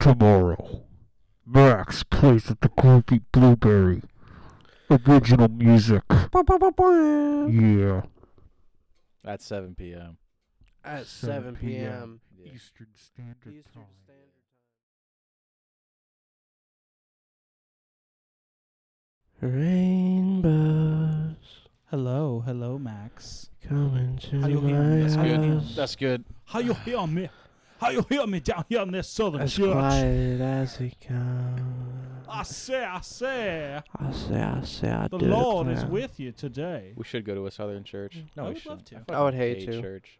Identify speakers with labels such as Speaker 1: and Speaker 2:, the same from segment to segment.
Speaker 1: Tomorrow, Max plays at the Groovy Blueberry. Original music. Yeah.
Speaker 2: At 7 p.m.
Speaker 3: At
Speaker 1: 7
Speaker 3: 7
Speaker 1: p.m.
Speaker 3: p.m.
Speaker 2: Yeah.
Speaker 1: Eastern Standard
Speaker 3: Eastern
Speaker 1: Time.
Speaker 3: Standard Time. Rainbows
Speaker 4: Hello, hello, Max.
Speaker 3: coming to
Speaker 4: How you
Speaker 3: my
Speaker 4: feeling? That's
Speaker 3: house.
Speaker 4: good.
Speaker 2: That's good.
Speaker 4: How you hear me? How you hear me down here in this southern
Speaker 3: as
Speaker 4: church?
Speaker 3: quiet as it comes.
Speaker 4: I say, I say,
Speaker 3: I say, I say, I
Speaker 4: the
Speaker 3: do
Speaker 4: Lord is
Speaker 3: declare.
Speaker 4: with you today.
Speaker 2: We should go to a southern church. No,
Speaker 4: I
Speaker 2: we
Speaker 4: would love
Speaker 2: shouldn't.
Speaker 4: to.
Speaker 2: fucking
Speaker 3: I would hate to.
Speaker 2: Church.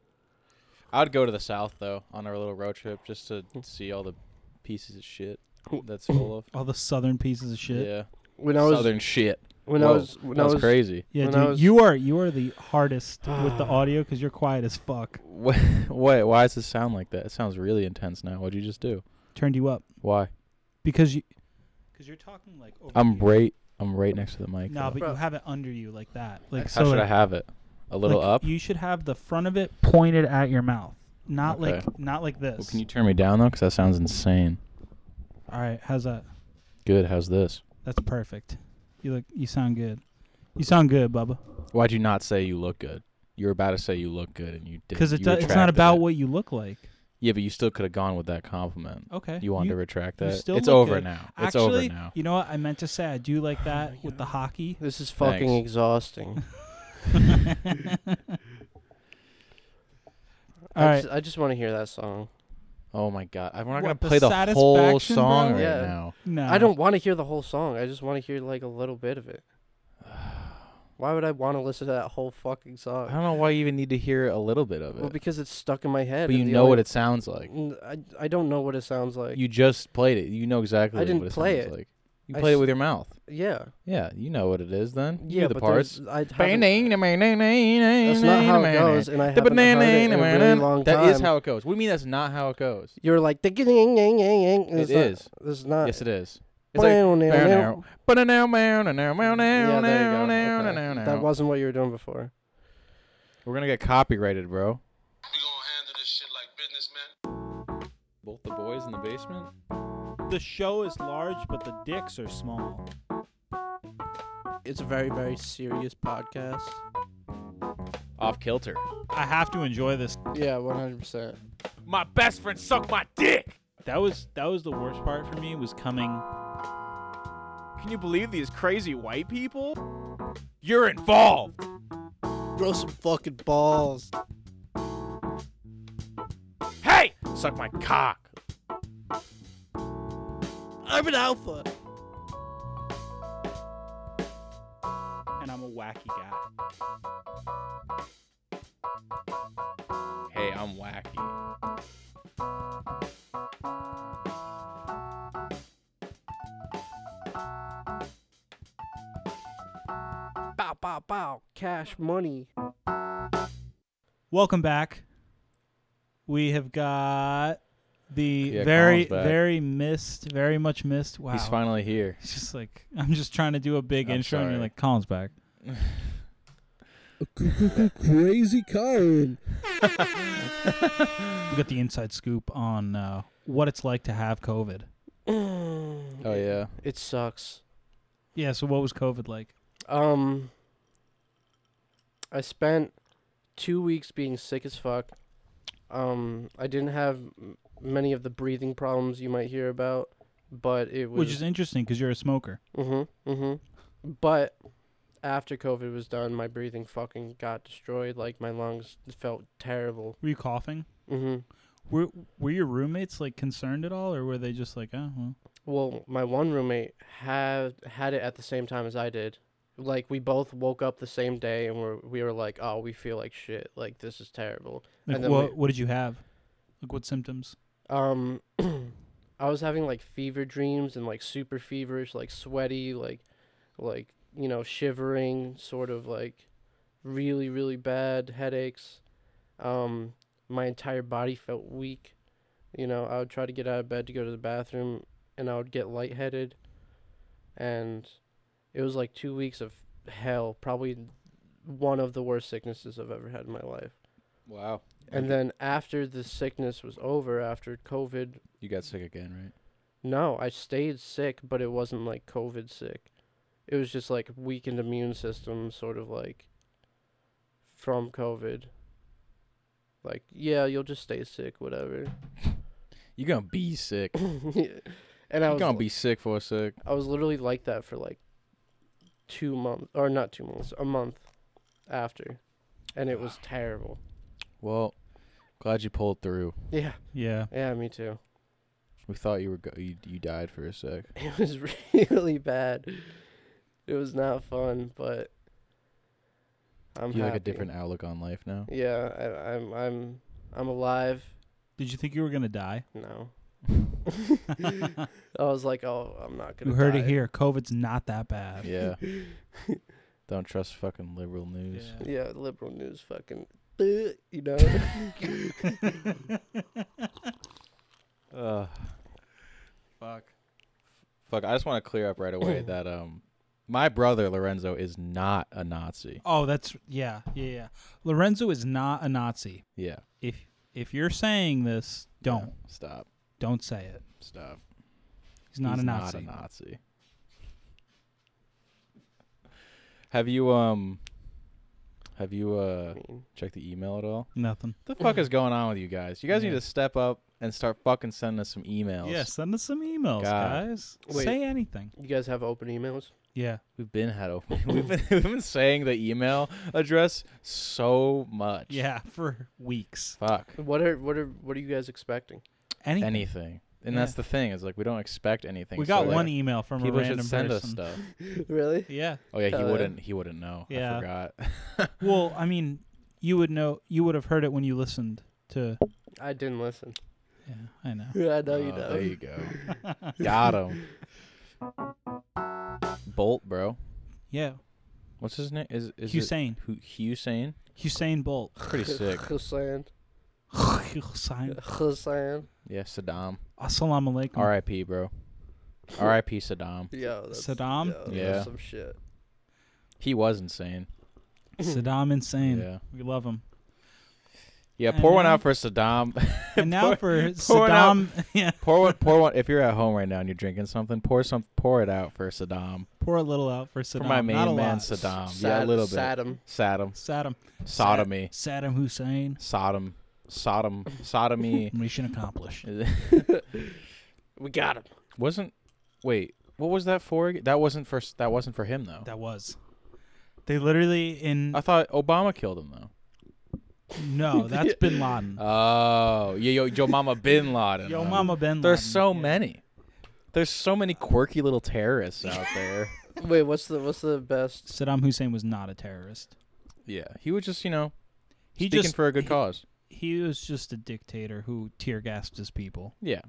Speaker 2: I would go to the south though on our little road trip just to
Speaker 4: Mm.
Speaker 2: see all the pieces of shit that's full of.
Speaker 4: All the southern pieces of shit.
Speaker 2: Yeah,
Speaker 3: When I was
Speaker 2: southern shit.
Speaker 3: when I
Speaker 2: Whoa,
Speaker 3: was when I
Speaker 2: That was
Speaker 3: was
Speaker 2: crazy.
Speaker 4: Yeah,
Speaker 3: When I
Speaker 4: dude,
Speaker 3: was-
Speaker 4: you are you are the hardest with the audio because you're quiet as fuck.
Speaker 2: Wha- Wait, why does this sound like that? It sounds really intense now. What'd you just do?
Speaker 4: Turned you up
Speaker 2: Why? because
Speaker 4: because you because you're talking like over
Speaker 2: I'm right. I'm right next to the mic.
Speaker 4: No,
Speaker 2: though.
Speaker 4: but
Speaker 3: Bro.
Speaker 4: you have it under you like that. Like
Speaker 2: how
Speaker 4: so,
Speaker 2: should I
Speaker 4: like,
Speaker 2: have it? A little
Speaker 4: like,
Speaker 2: up.
Speaker 4: You should have the front of it pointed at your mouth, not
Speaker 2: Okay.
Speaker 4: like not like this.
Speaker 2: Well, can you turn me down though? Because that sounds insane.
Speaker 4: All right, how's that?
Speaker 2: Good. How's this?
Speaker 4: That's perfect. You look, you sound good. You sound good, Bubba.
Speaker 2: Why'd you not say you look good? You were about to say you look good, and you did.
Speaker 4: Because it's,
Speaker 2: you
Speaker 4: it's not
Speaker 2: retracted
Speaker 4: about
Speaker 2: it.
Speaker 4: what you look like.
Speaker 2: Yeah, but you still could have gone with that compliment.
Speaker 4: Okay.
Speaker 2: You wanted to retract
Speaker 4: you
Speaker 2: that.
Speaker 4: still
Speaker 2: it's
Speaker 4: look
Speaker 2: over
Speaker 4: good.
Speaker 2: now. It's
Speaker 4: Actually,
Speaker 2: over now.
Speaker 4: you know what? I meant to say I do like that with the hockey.
Speaker 3: This is fucking
Speaker 2: Thanks.
Speaker 3: exhausting.
Speaker 4: All
Speaker 3: I
Speaker 4: right.
Speaker 3: just, I just want to hear that song.
Speaker 2: Oh my god, I- we're not
Speaker 4: What,
Speaker 2: gonna
Speaker 4: the
Speaker 2: play the, whole
Speaker 4: satisfaction,
Speaker 2: song
Speaker 4: bro?
Speaker 2: right
Speaker 3: Yeah.
Speaker 2: now.
Speaker 4: No.
Speaker 3: I don't want to hear the whole song. I just want to hear like a little bit of it. Why would I want to listen to that whole fucking
Speaker 2: I
Speaker 3: song?
Speaker 2: don't know why you even need to hear a little bit of
Speaker 3: Well,
Speaker 2: it,
Speaker 3: because it's stuck in my head.
Speaker 2: but you know what it sounds like.
Speaker 3: I, I don't know what it sounds like.
Speaker 2: You just played it. You know exactly.
Speaker 3: I didn't
Speaker 2: what it
Speaker 3: play
Speaker 2: sounds
Speaker 3: it.
Speaker 2: Like. You
Speaker 3: I
Speaker 2: played it
Speaker 3: s-
Speaker 2: with your mouth.
Speaker 3: yeah.
Speaker 2: Yeah, you know what it is. Then you
Speaker 3: yeah,
Speaker 2: knew the
Speaker 3: but
Speaker 2: parts.
Speaker 3: there's- I haven't-
Speaker 2: That's
Speaker 3: That's not how it goes, and I haven't heard it in a really long
Speaker 2: That
Speaker 3: time.
Speaker 2: is how it goes. What do you mean that's not how it goes?
Speaker 3: You're like the ding ding ding ding.
Speaker 2: It
Speaker 3: It's
Speaker 2: is.
Speaker 3: Not, it's not.
Speaker 2: Yes, it is. It's like
Speaker 3: Yeah, there you go. Okay. That
Speaker 2: That
Speaker 3: wasn't what you were doing before.
Speaker 2: We're gonna get copyrighted,
Speaker 5: We
Speaker 2: bro.
Speaker 5: gonna handle this shit like businessmen.
Speaker 2: Both the boys in the basement.
Speaker 4: The show is large, but the dicks are small.
Speaker 3: It's a very, very serious podcast.
Speaker 2: Off kilter.
Speaker 4: I have to enjoy this.
Speaker 3: Yeah, 100%.
Speaker 2: My best friend sucked my dick.
Speaker 4: That was that was the worst part for me was coming.
Speaker 2: Can you believe these crazy white people? You're involved.
Speaker 3: Grow some fucking balls.
Speaker 2: Hey, suck my cock.
Speaker 3: I'm an alpha.
Speaker 4: And I'm a wacky guy.
Speaker 2: Hey, I'm wacky.
Speaker 3: Bow, bow, bow. Cash money.
Speaker 4: Welcome back. We have got the
Speaker 2: Yeah,
Speaker 4: very,
Speaker 2: Colin's back.
Speaker 4: very missed, very much missed. Wow.
Speaker 2: He's finally here.
Speaker 4: It's just like I'm just trying to do a big
Speaker 2: I'm
Speaker 4: intro, and you're
Speaker 2: sorry.
Speaker 4: like, "Colin's back."
Speaker 6: Crazy Colin.
Speaker 4: We got the inside scoop on uh, what it's like to have COVID.
Speaker 2: Oh yeah.
Speaker 3: It sucks.
Speaker 4: Yeah. So what was COVID like?
Speaker 3: Um, I spent two weeks being sick as fuck. Um, I didn't have m- many of the breathing problems you might hear about, but it was.
Speaker 4: Which is interesting because you're a smoker.
Speaker 3: Mm-hmm. Mm-hmm. But after COVID was done, my breathing fucking got destroyed. Like my lungs felt terrible.
Speaker 4: Were you coughing?
Speaker 3: Mm-hmm.
Speaker 4: Were Were your roommates like concerned at all, or were they just like, "Oh, well,
Speaker 3: Well, my one roommate had had it at the same time as I did. Like we both woke up the same day and we're, we were like, oh, we feel like shit. Like this is terrible.
Speaker 4: like
Speaker 3: And then
Speaker 4: what
Speaker 3: we-
Speaker 4: What did you have? Like what symptoms?
Speaker 3: Um, I was having like fever dreams and like super feverish, like sweaty, like like you know shivering, sort of like really really bad headaches. Um, my entire body felt weak. You know, I would try to get out of bed to go to the bathroom, and I would get lightheaded, and it was like two weeks of hell. Probably one of the worst sicknesses I've ever had in my life.
Speaker 2: Wow.
Speaker 3: And then after the sickness was over, after COVID
Speaker 2: you got sick again, right?
Speaker 3: No, I stayed sick, but it wasn't like COVID sick. It was just like weakened immune system, sort of like from COVID. Like, yeah, you'll just stay sick, whatever.
Speaker 2: You're gonna be sick.
Speaker 3: and I
Speaker 2: You're
Speaker 3: was
Speaker 2: gonna
Speaker 3: li-
Speaker 2: be sick for a sick.
Speaker 3: I was literally like that for like two months, or not two months, a month after, and it was terrible.
Speaker 2: Well, glad you pulled through.
Speaker 3: Yeah,
Speaker 4: Yeah.
Speaker 3: yeah, me too.
Speaker 2: We thought you were go- you, you died for a sec.
Speaker 3: It was really bad. It was not fun, but I'm
Speaker 2: you like a
Speaker 3: happy.
Speaker 2: different outlook on life now.
Speaker 3: Yeah, I, I'm I'm I'm alive
Speaker 4: Did you think you were gonna die?
Speaker 3: No, I was like, oh, I'm not gonna.
Speaker 4: You heard it
Speaker 3: die.
Speaker 4: here. COVID's not that bad.
Speaker 2: Yeah. Don't trust fucking liberal news.
Speaker 3: Yeah, liberal news, fucking, you know.
Speaker 2: Ugh. Fuck. Fuck. I just want to clear up right away that um, my brother Lorenzo is not a Nazi.
Speaker 4: Oh, that's yeah, yeah, yeah. Lorenzo is not a Nazi.
Speaker 2: Yeah.
Speaker 4: If if you're saying this, don't
Speaker 2: Yeah. Stop.
Speaker 4: don't say it.
Speaker 2: Stop.
Speaker 4: He's not
Speaker 2: He's
Speaker 4: a Nazi.
Speaker 2: Not a Nazi. Have you um? Have you
Speaker 3: I
Speaker 2: uh
Speaker 3: mean,
Speaker 2: checked the email at all?
Speaker 4: Nothing.
Speaker 2: What the fuck is going on with you guys? You guys
Speaker 4: Yeah.
Speaker 2: need to step up and start fucking sending us some emails.
Speaker 4: Yeah, send us some emails,
Speaker 2: God.
Speaker 4: guys.
Speaker 3: Wait.
Speaker 4: Say anything.
Speaker 3: you guys have open emails?
Speaker 4: Yeah.
Speaker 2: We've been had open. We've been, we've been saying the email address so much.
Speaker 4: Yeah, for weeks.
Speaker 2: Fuck.
Speaker 3: What are what are what are you guys expecting?
Speaker 4: Anything.
Speaker 2: Anything. And that's
Speaker 4: Yeah.
Speaker 2: the thing is like we don't expect anything.
Speaker 4: we
Speaker 2: so,
Speaker 4: got
Speaker 2: like,
Speaker 4: one email from a
Speaker 2: People
Speaker 4: random
Speaker 2: should send
Speaker 4: person.
Speaker 2: us stuff.
Speaker 3: really?
Speaker 4: Yeah.
Speaker 2: Oh yeah, he
Speaker 3: Hell yeah.
Speaker 2: wouldn't. He wouldn't know.
Speaker 4: Yeah.
Speaker 2: I forgot.
Speaker 4: Well, I mean, you would know. You would have heard it when you listened to.
Speaker 3: I didn't listen. Uh,
Speaker 4: Yeah, I know.
Speaker 3: I know you
Speaker 2: Oh,
Speaker 3: don't.
Speaker 2: There you go. got him. Bolt, bro.
Speaker 4: Yeah,
Speaker 2: What's his name? Is is it
Speaker 4: Hussein.
Speaker 2: Hu- Hussein?
Speaker 4: Hussein Bolt.
Speaker 2: Pretty sick.
Speaker 3: Hussein.
Speaker 4: Hussein.
Speaker 3: Hussein.
Speaker 2: Yeah, Saddam.
Speaker 4: Assalamu alaikum.
Speaker 2: R.I.P. Bro. R.I.P. Saddam.
Speaker 3: Yo, that's,
Speaker 4: Saddam?
Speaker 3: yo, that's
Speaker 2: Yeah.
Speaker 3: some shit.
Speaker 2: He was insane.
Speaker 4: Saddam insane.
Speaker 2: Yeah.
Speaker 4: We love him.
Speaker 2: Yeah,
Speaker 4: And
Speaker 2: pour one
Speaker 4: now-
Speaker 2: out for Saddam.
Speaker 4: And now
Speaker 2: Pour-
Speaker 4: for
Speaker 2: pour it out.
Speaker 4: Saddam, yeah,
Speaker 2: pour one. Pour one. If you're at home right now and you're drinking something, pour some. Pour it out for Saddam.
Speaker 4: pour a little out for Saddam.
Speaker 2: for my
Speaker 4: Not a
Speaker 2: main man
Speaker 4: lot.
Speaker 2: Saddam. yeah, a
Speaker 3: Sad-
Speaker 2: little bit.
Speaker 3: Saddam.
Speaker 2: Saddam.
Speaker 4: Saddam.
Speaker 2: Sodomy.
Speaker 4: Sad- Saddam Hussein.
Speaker 2: Sodom. Sodom. Sodomy.
Speaker 4: Mission accomplished.
Speaker 3: We got him.
Speaker 2: wasn't. Wait. What was that for? ag- That wasn't for. s- That wasn't for him though.
Speaker 4: That was. They literally in
Speaker 2: I thought Obama killed him though.
Speaker 4: no. That's Bin Laden.
Speaker 2: Oh, yeah, yo, yo, Mama Bin Laden.
Speaker 4: Yo,
Speaker 2: huh?
Speaker 4: Mama Bin. Laden.
Speaker 2: There's so
Speaker 4: Yeah.
Speaker 2: many. There's so many quirky little terrorists out there.
Speaker 3: Wait, what's the what's the best?
Speaker 4: Saddam Hussein was not a terrorist.
Speaker 2: yeah, he was just, you know,
Speaker 4: He
Speaker 2: speaking
Speaker 4: just
Speaker 2: for a good
Speaker 4: he-
Speaker 2: cause.
Speaker 4: He was just a dictator who tear gassed his people
Speaker 2: Yeah.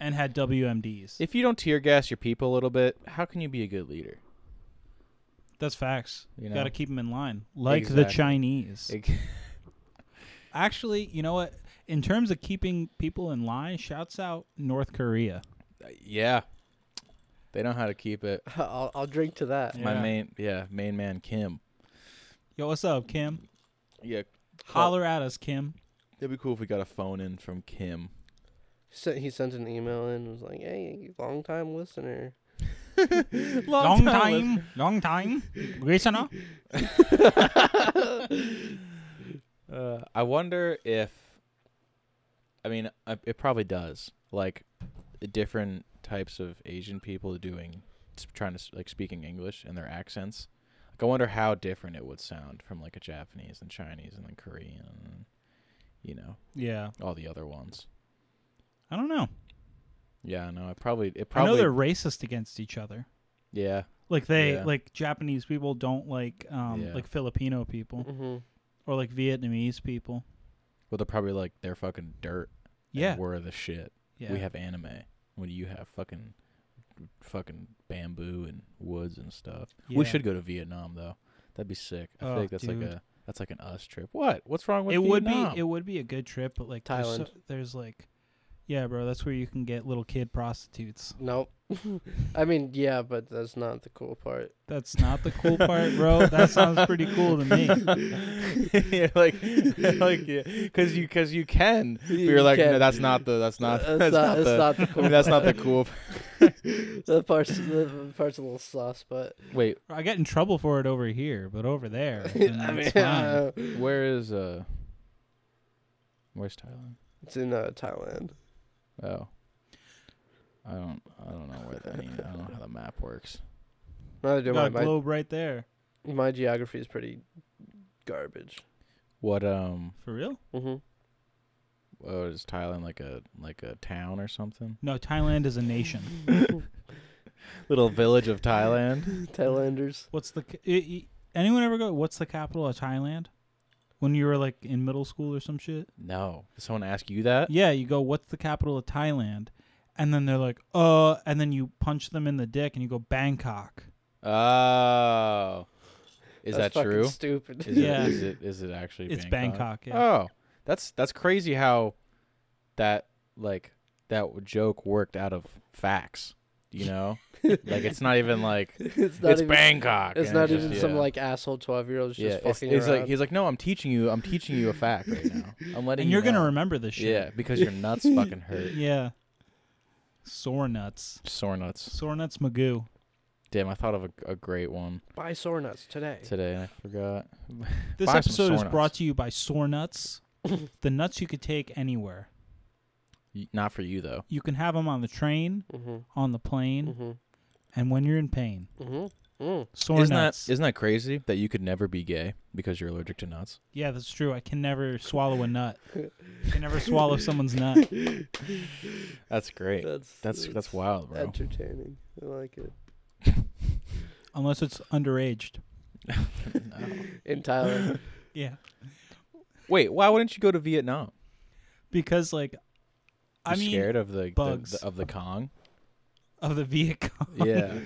Speaker 4: and had WMDs.
Speaker 2: If you don't tear gas your people a little bit, how can you be a good leader?
Speaker 4: That's facts.
Speaker 2: You
Speaker 4: You
Speaker 2: know?
Speaker 4: got to keep them in line, like the
Speaker 2: Exactly.
Speaker 4: Chinese.
Speaker 2: Like,
Speaker 4: Actually, you know what? In terms of keeping people in line, shouts out North Korea.
Speaker 2: yeah. They know how to keep it.
Speaker 3: I'll I'll drink to that.
Speaker 4: Yeah.
Speaker 2: My main, yeah, main man Kim.
Speaker 4: Yo, what's up, Kim?
Speaker 2: Yeah.
Speaker 4: Holler at us, Kim.
Speaker 2: It'd be cool if we got a phone in from Kim.
Speaker 3: Sent, he sent an email in and was like, "Hey, long time listener."
Speaker 4: Long time, long time, listener.
Speaker 2: Uh, I wonder if, I mean, I- it probably does. Like, different types of Asian people doing, s- trying to s- like speaking English and their accents. Like, I wonder how different it would sound from like a Japanese and Chinese and then Korean, and, you know,
Speaker 4: Yeah,
Speaker 2: all the other ones.
Speaker 4: I don't know.
Speaker 2: Yeah, no, it probably, it
Speaker 4: I know
Speaker 2: probably,
Speaker 4: they're racist against each other.
Speaker 2: yeah,
Speaker 4: Like they,
Speaker 2: Yeah.
Speaker 4: like Japanese people don't like, um,
Speaker 2: Yeah.
Speaker 4: like Filipino people
Speaker 2: Mm-hmm.
Speaker 3: hmm
Speaker 4: or like Vietnamese people.
Speaker 2: well, they're probably like they're fucking dirt. and
Speaker 4: Yeah,
Speaker 2: we're the shit.
Speaker 4: yeah.
Speaker 2: We have anime. What do you have? Fucking, fucking bamboo and woods and stuff. We
Speaker 4: Yeah.
Speaker 2: should go to Vietnam though. That'd be sick. I
Speaker 4: Oh,
Speaker 2: feel like that's like
Speaker 4: dude.
Speaker 2: a that's like an us trip. What? What's wrong with
Speaker 4: it would
Speaker 2: Vietnam?
Speaker 4: be it would be a good trip, but like there's so-
Speaker 3: Thailand.
Speaker 4: there's like Yeah, bro, that's where you can get little kid prostitutes.
Speaker 3: Nope. I mean, yeah, but that's not the cool part.
Speaker 4: That's not the cool part, bro. That sounds pretty cool to me.
Speaker 2: yeah, like, like, yeah, because you, because you can. But
Speaker 3: You
Speaker 2: you're like, no,
Speaker 3: can.
Speaker 2: that's not the, that's not,
Speaker 3: That's
Speaker 2: that's
Speaker 3: not-
Speaker 2: not,
Speaker 3: that's
Speaker 2: the,
Speaker 3: not the cool
Speaker 2: that's not the
Speaker 3: part.
Speaker 2: cool.
Speaker 3: That part's the part's a little sus, but
Speaker 2: Wait,
Speaker 4: I get in trouble for it over here, but over there, then
Speaker 3: I mean,
Speaker 4: it's fine.
Speaker 3: uh,
Speaker 2: where is uh, where's Thailand?
Speaker 3: it's in uh, Thailand.
Speaker 2: Oh, I don't, I don't know where that. I, mean, I don't know how the map works.
Speaker 3: Neither do I.
Speaker 4: Got a
Speaker 3: My,
Speaker 4: globe right there.
Speaker 3: my geography is pretty garbage.
Speaker 2: What um,
Speaker 4: For real?
Speaker 3: hmm
Speaker 2: oh, is Thailand like a like a town or something?
Speaker 4: No, Thailand is a nation.
Speaker 2: Little village of Thailand.
Speaker 3: Thailanders.
Speaker 4: What's the ca- i- i- anyone ever go? What's the capital of Thailand? When you were like in middle school or some shit.
Speaker 2: No, Did someone ask you that?
Speaker 4: Yeah, you go. What's the capital of Thailand? And then they're like, uh, and then you punch them in the dick and you go Bangkok.
Speaker 2: Oh, is
Speaker 3: That's
Speaker 2: that
Speaker 3: fucking
Speaker 2: true?
Speaker 3: Stupid.
Speaker 2: Is
Speaker 4: Yeah.
Speaker 2: it, is it is it actually
Speaker 4: It's
Speaker 2: Bangkok?
Speaker 4: Bangkok. yeah.
Speaker 2: Oh, that's that's crazy how that like that w- joke worked out of facts. You know, like it's not even like
Speaker 3: it's not
Speaker 2: it's
Speaker 3: even,
Speaker 2: Bangkok.
Speaker 3: It's
Speaker 2: and
Speaker 3: not
Speaker 2: just-
Speaker 3: even some
Speaker 2: yeah.
Speaker 3: like asshole twelve year old just
Speaker 2: yeah. It's,
Speaker 3: fucking
Speaker 2: it's
Speaker 3: around.
Speaker 2: like he's like, no, I'm teaching you. I'm teaching you a fact right now. I'm letting
Speaker 4: and you're
Speaker 2: you
Speaker 4: gonna
Speaker 2: know."
Speaker 4: remember this shit.
Speaker 2: Yeah, because your nuts fucking hurt.
Speaker 4: Yeah. Sore nuts.
Speaker 2: Sore nuts.
Speaker 4: Sore nuts Magoo.
Speaker 2: Damn, I thought of a, a great one
Speaker 3: buy sore nuts today.
Speaker 2: today and I forgot.
Speaker 4: This
Speaker 2: Buy some
Speaker 4: episode is
Speaker 2: sore
Speaker 4: brought
Speaker 2: nuts.
Speaker 4: to you by Sore Nuts, the nuts you could take anywhere.
Speaker 2: Y- Not for you though.
Speaker 4: You can have them on the train,
Speaker 3: Mm-hmm.
Speaker 4: on the plane,
Speaker 3: Mm-hmm.
Speaker 4: and when you're in pain.
Speaker 3: Mm-hmm. Mm.
Speaker 4: Sore
Speaker 2: isn't
Speaker 4: nuts.
Speaker 2: that isn't that crazy that you could never be gay because you're allergic to nuts?
Speaker 4: yeah, that's true. I can never swallow a nut. I can never swallow someone's nut.
Speaker 2: That's great.
Speaker 3: That's
Speaker 2: That's that's wild, bro.
Speaker 3: entertaining. I like it.
Speaker 4: Unless it's underaged.
Speaker 3: In Thailand.
Speaker 4: Yeah.
Speaker 2: Wait, why wouldn't you go to Vietnam?
Speaker 4: Because, like, I
Speaker 2: You
Speaker 4: mean,
Speaker 2: scared of the, the-
Speaker 4: bugs.
Speaker 2: the- of the Kong.
Speaker 4: of the Viet Cong.
Speaker 2: Yeah,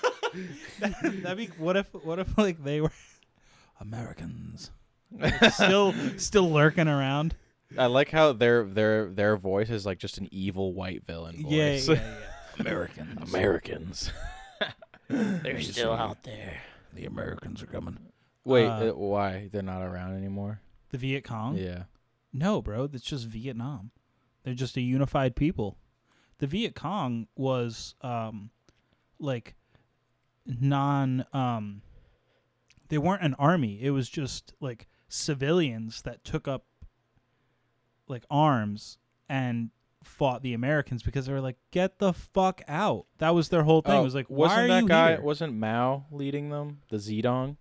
Speaker 4: That'd be, what if, what if, like, they were Americans? Like, still, still lurking around.
Speaker 2: I like how their their their voice is like just an evil white villain
Speaker 4: Yeah,
Speaker 2: voice.
Speaker 4: yeah, yeah. Americans.
Speaker 2: Americans.
Speaker 4: They're still out there. The Americans are coming.
Speaker 2: Wait,
Speaker 4: Uh,
Speaker 2: uh, why they're not around anymore?
Speaker 4: The Viet Cong?
Speaker 2: Yeah,
Speaker 4: No, bro. That's just Vietnam. They're just a unified people. The Viet Cong was um, like non. Um, they weren't an army. It was just like civilians that took up like arms and fought the Americans because they were like, "Get the fuck out!" That was their whole thing. it was like, "Why
Speaker 2: Oh, wasn't
Speaker 4: are
Speaker 2: that
Speaker 4: you
Speaker 2: guy?
Speaker 4: here?"
Speaker 2: Wasn't Mao leading them? The Zedong,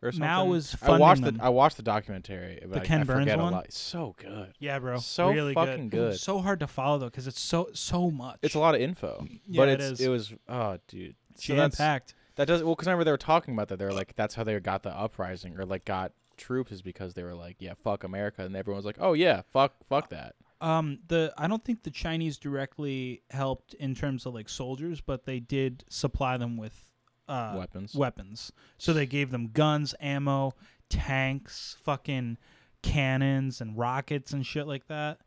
Speaker 2: or something.
Speaker 4: Mao was
Speaker 2: I watched
Speaker 4: funding them.
Speaker 2: the I watched the documentary. But
Speaker 4: The
Speaker 2: I,
Speaker 4: Ken
Speaker 2: I forget
Speaker 4: Burns
Speaker 2: a
Speaker 4: one?
Speaker 2: lot. So good.
Speaker 4: yeah, bro.
Speaker 2: so
Speaker 4: really
Speaker 2: fucking good.
Speaker 4: So hard to follow though because it's so so much.
Speaker 2: It's a lot of info,
Speaker 4: Yeah,
Speaker 2: but
Speaker 4: it
Speaker 2: it's
Speaker 4: is.
Speaker 2: it was oh dude, so
Speaker 4: jam
Speaker 2: that's-
Speaker 4: packed.
Speaker 2: That does well because I remember they were talking about that. They were like, that's how they got the uprising or like got troops is because they were like, yeah, fuck America, and everyone was like, oh yeah, fuck, fuck that.
Speaker 4: Um, the I don't think the Chinese directly helped in terms of like soldiers, but they did supply them with uh,
Speaker 2: Weapons.
Speaker 4: Weapons. So they gave them guns, ammo, tanks, fucking cannons, and rockets and shit like that.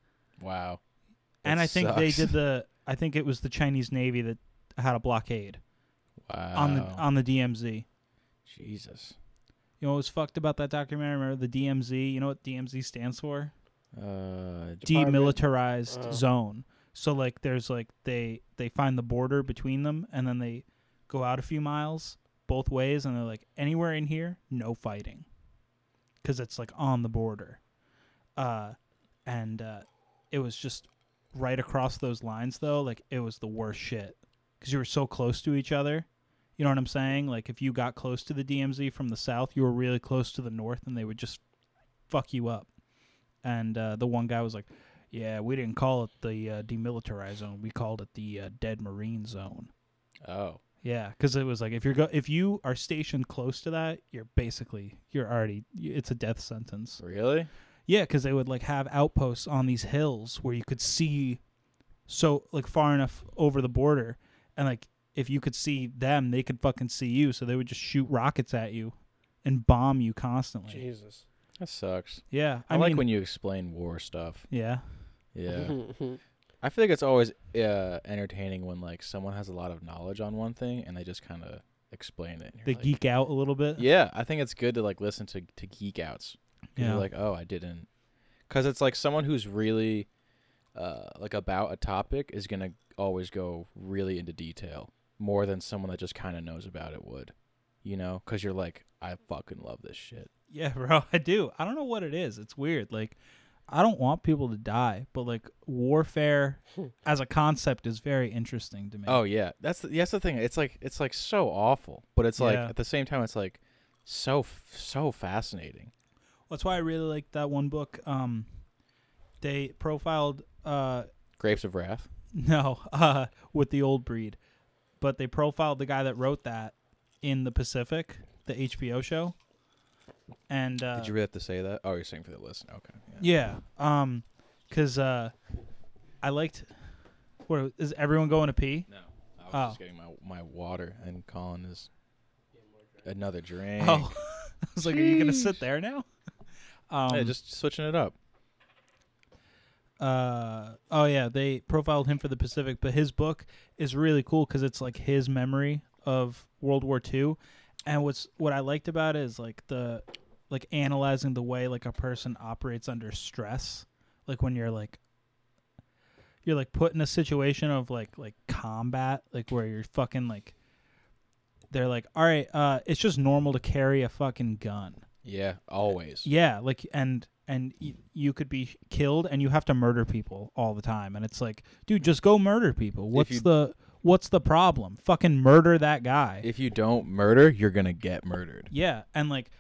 Speaker 2: Wow.
Speaker 4: and
Speaker 2: That
Speaker 4: I think they
Speaker 2: sucks.
Speaker 4: did the. I think it was the Chinese Navy that had a blockade
Speaker 2: Wow.
Speaker 4: on the on the DMZ.
Speaker 2: Jesus.
Speaker 4: You know what was fucked about that documentary? Remember the DMZ? You know what DMZ stands for?
Speaker 2: Uh,
Speaker 3: Department-
Speaker 4: demilitarized
Speaker 3: Oh.
Speaker 4: zone. So like there's like they they find the border between them and then they go out a few miles both ways and they're like anywhere in here no fighting cuz it's like on the border. Uh and uh it was just right across those lines though like it was the worst shit cuz you were so close to each other. You know what I'm saying? Like if you got close to the DMZ from the south, you were really close to the north and they would just fuck you up. And uh, the one guy was like, "Yeah, we didn't call it the uh, demilitarized zone. We called it the uh, dead marine zone."
Speaker 2: oh.
Speaker 4: Yeah, because it was like if you're go- if you are stationed close to that, you're basically you're already y- it's a death sentence.
Speaker 2: Really?
Speaker 4: Yeah, because they would like have outposts on these hills where you could see so like far enough over the border, and like if you could see them, they could fucking see you. So they would just shoot rockets at you and bomb you constantly.
Speaker 3: Jesus.
Speaker 2: That sucks.
Speaker 4: Yeah,
Speaker 2: I,
Speaker 4: I,
Speaker 2: like
Speaker 4: mean,
Speaker 2: when you explain war stuff.
Speaker 4: yeah.
Speaker 2: Yeah.
Speaker 3: Mm-hmm.
Speaker 2: I feel like it's always uh, entertaining when like someone has a lot of knowledge on one thing and they just kind of explain it. and you're
Speaker 4: They
Speaker 2: like-
Speaker 4: geek out a little bit.
Speaker 2: Yeah, I think it's good to like listen to to geek outs. 'Cause
Speaker 4: Yeah.
Speaker 2: You're like, oh, I didn't, because it's like someone who's really, uh, like about a topic is gonna always go really into detail more than someone that just kind of knows about it would, you know? Because you're like, I fucking love this shit.
Speaker 4: Yeah, bro, I do. I don't know what it is. It's weird. Like, I don't want people to die, but like warfare as a concept is very interesting to me.
Speaker 2: Hmm. Oh yeah, that's the, that's the thing. It's like it's like so awful, but it's like
Speaker 4: Yeah.
Speaker 2: at the same time, it's like so f- so fascinating.
Speaker 4: that's why I really like that one book. Um, they profiled uh
Speaker 2: Grapes of Wrath.
Speaker 4: no uh with the old breed, but they profiled the guy that wrote that in the Pacific, the HBO show, and uh,
Speaker 2: Did you really have to say that? Oh, you're saying for the listen. Okay.
Speaker 4: Yeah. Um, cause uh, I liked. What is everyone going to pee?
Speaker 2: No, I was
Speaker 4: Oh.
Speaker 2: just getting my my water, and Colin is another drink.
Speaker 4: Oh, I was like, are you gonna sit there now? Um,
Speaker 2: Yeah, just switching it up.
Speaker 4: uh, oh yeah, they profiled him for the Pacific, but his book is really cool because it's like his memory of World War II, and what's what I liked about it is like the like analyzing the way like a person operates under stress, like when you're like you're like put in a situation of like like combat, like where you're fucking like they're like, all right, uh, it's just normal to carry a fucking gun.
Speaker 2: Yeah, always.
Speaker 4: Yeah, like and and y- you could be killed, and you have to murder people all the time, and it's like, dude, just go murder people. What's
Speaker 2: you-
Speaker 4: the what's the problem? Fucking murder that guy.
Speaker 2: If you don't murder, you're gonna get murdered.
Speaker 4: yeah, and like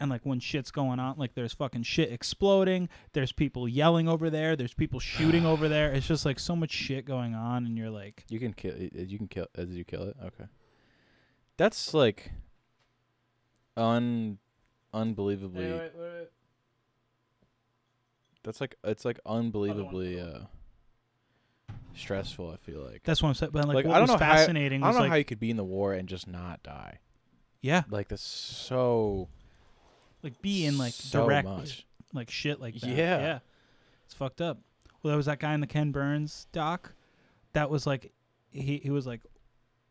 Speaker 4: and like when shit's going on, like there's fucking shit exploding. There's people yelling over there. There's people shooting over there. It's just like so much shit going on, and you're like,
Speaker 2: You can kill. You can kill. uh, Did you kill it? Okay. That's like un unbelievably. That's like it's like unbelievably uh, stressful. I feel like.
Speaker 4: that's what I'm saying. But like,
Speaker 2: Like,
Speaker 4: what
Speaker 2: I don't
Speaker 4: was
Speaker 2: know how-
Speaker 4: fascinating
Speaker 2: I
Speaker 4: was
Speaker 2: don't know
Speaker 4: like,
Speaker 2: how you could be in the war and just not die.
Speaker 4: yeah,
Speaker 2: Like that's so
Speaker 4: like be in like
Speaker 2: so
Speaker 4: direct
Speaker 2: much.
Speaker 4: like shit like that.
Speaker 2: Yeah.
Speaker 4: yeah, it's fucked up. Well, there was that guy in the Ken Burns doc that was like, he he was like,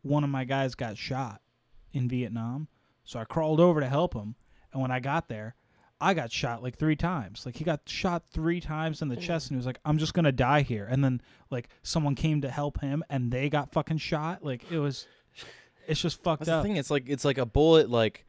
Speaker 4: one of my guys got shot in Vietnam, so I crawled over to help him, and when I got there, I got shot like three times. Like he got shot three times in the chest, and he was like, I'm just gonna die here. And then like someone came to help him, and they got fucking shot. Like it was, it's just fucked
Speaker 2: That's
Speaker 4: up.
Speaker 2: the thing. It's like it's like a bullet. Like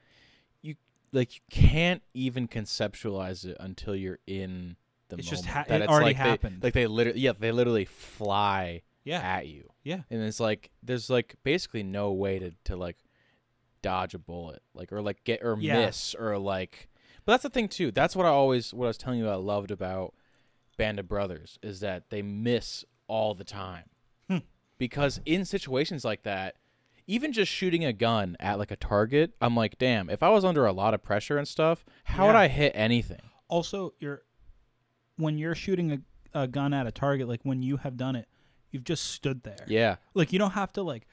Speaker 2: you like you can't even conceptualize it until you're in the
Speaker 4: It's
Speaker 2: moment.
Speaker 4: just ha-
Speaker 2: That
Speaker 4: it
Speaker 2: it's
Speaker 4: already
Speaker 2: like they-
Speaker 4: happened.
Speaker 2: like they literally, yeah, they literally fly
Speaker 4: yeah,
Speaker 2: at you.
Speaker 4: yeah.
Speaker 2: and it's like there's like basically no way to to like dodge a bullet like or like get or
Speaker 4: Yeah.
Speaker 2: miss or like but that's the thing too that's what i always what i was telling you i loved about band of brothers is that they miss all the time
Speaker 4: Hmm.
Speaker 2: because in situations like that even just shooting a gun at like a target i'm like damn if i was under a lot of pressure and stuff how would
Speaker 4: Yeah.
Speaker 2: i hit anything
Speaker 4: also you're when you're shooting a, a gun at a target like when you have done it you've just stood there
Speaker 2: yeah
Speaker 4: like you don't have to like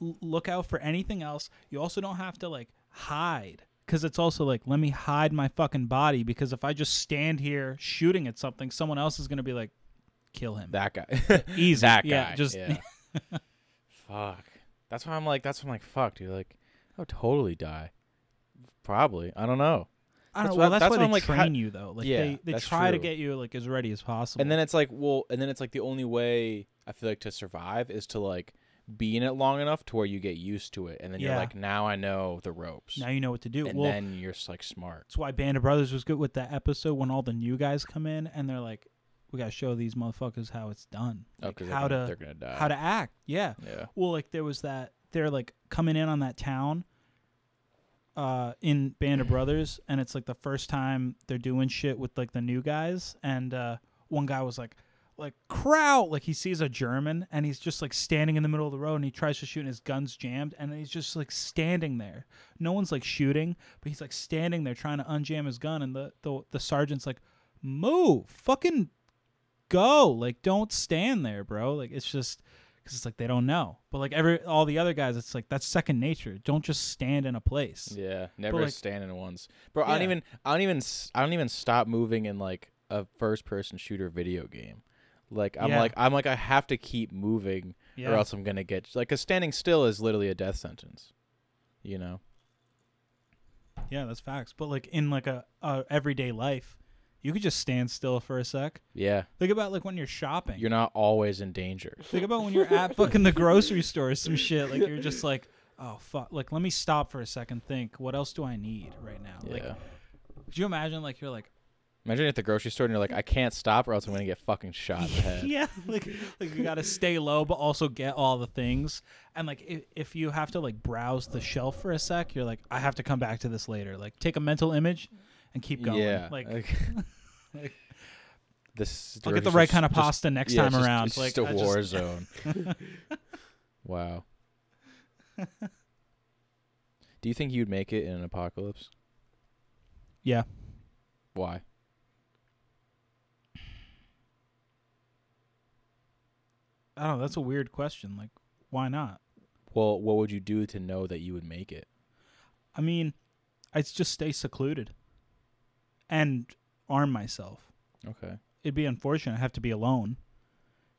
Speaker 4: l- look out for anything else you also don't have to like hide because it's also like let me hide my fucking body because if i just stand here shooting at something someone else is gonna be like kill him
Speaker 2: that guy
Speaker 4: Easy.
Speaker 2: that guy
Speaker 4: Yeah, just-
Speaker 2: yeah. fuck that's why i'm like that's why i'm like fuck dude like i would totally die probably i don't know
Speaker 4: I don't
Speaker 2: That's
Speaker 4: know. Well,
Speaker 2: why-
Speaker 4: that's,
Speaker 2: that's
Speaker 4: why
Speaker 2: why
Speaker 4: they
Speaker 2: I'm like, how-
Speaker 4: train you though. Like
Speaker 2: Yeah,
Speaker 4: they, they
Speaker 2: that's
Speaker 4: try to
Speaker 2: true.
Speaker 4: get you like as ready as possible.
Speaker 2: and then it's like well and then it's like the only way i feel like to survive is to like be in it long enough to where you get used to it and then
Speaker 4: Yeah.
Speaker 2: you're like now i know the ropes
Speaker 4: now you know what to do.
Speaker 2: and
Speaker 4: well,
Speaker 2: then you're just like smart
Speaker 4: That's why Band of Brothers was good with that episode when all the new guys come in and they're like, "We gotta show these motherfuckers how it's done,
Speaker 2: Oh,
Speaker 4: Like,
Speaker 2: 'cause they're
Speaker 4: how
Speaker 2: gonna-
Speaker 4: to
Speaker 2: they're gonna die
Speaker 4: how to act." Yeah.
Speaker 2: yeah
Speaker 4: Well, like there was that they're like coming in on that town, uh, in Band of Brothers, and it's like the first time they're doing shit with like the new guys, and uh, one guy was like. Like Kraut, like he sees a German and he's just like standing in the middle of the road and he tries to shoot and his gun's jammed and he's just like standing there. No one's like shooting, but he's like standing there trying to unjam his gun and the the, the sergeant's like, "Move, fucking go! Like don't stand there, bro." Like it's just because it's like they don't know. But like every all the other guys, it's like that's second nature. Don't just stand in a place.
Speaker 2: yeah never
Speaker 4: like-
Speaker 2: stand in ones bro i don't
Speaker 4: Yeah.
Speaker 2: even i don't even s- i don't even stop moving in like a first person shooter video game Like I'm
Speaker 4: Yeah.
Speaker 2: like I'm like I have to keep moving
Speaker 4: Yeah.
Speaker 2: or else I'm gonna get like 'cause standing still is literally a death sentence. You know.
Speaker 4: Yeah, that's facts. But like in like a, a everyday life, you could just stand still for a sec.
Speaker 2: Yeah.
Speaker 4: Think about like when you're shopping.
Speaker 2: You're not always in danger.
Speaker 4: Think about when you're at fucking the grocery store or some shit. Like you're just like, oh fuck. Like let me stop for a second. Think, what else do I need right now? Like,
Speaker 2: yeah.
Speaker 4: could you imagine? Like you're like,
Speaker 2: Imagine at the grocery store and you're like, I can't stop or else I'm gonna get fucking shot in the head.
Speaker 4: yeah, like like you gotta stay low, but also get all the things. And like if, if you have to like browse the shelf for a sec, you're like, I have to come back to this later. Like take a mental image and keep going.
Speaker 2: Yeah.
Speaker 4: like. like-
Speaker 2: this.
Speaker 4: I'll get the right kind of
Speaker 2: pasta.
Speaker 4: pasta next
Speaker 2: Yeah,
Speaker 4: time
Speaker 2: it's just-
Speaker 4: around.
Speaker 2: It's
Speaker 4: like
Speaker 2: just a
Speaker 4: I
Speaker 2: war zone. wow. Do you think you'd make it in an apocalypse?
Speaker 4: Yeah.
Speaker 2: Why?
Speaker 4: I don't know. That's a weird question. Like, why not?
Speaker 2: Well, what would you do to know that you would make it?
Speaker 4: I mean, I'd just stay secluded and arm myself.
Speaker 2: Okay.
Speaker 4: It'd be unfortunate. I have to be alone.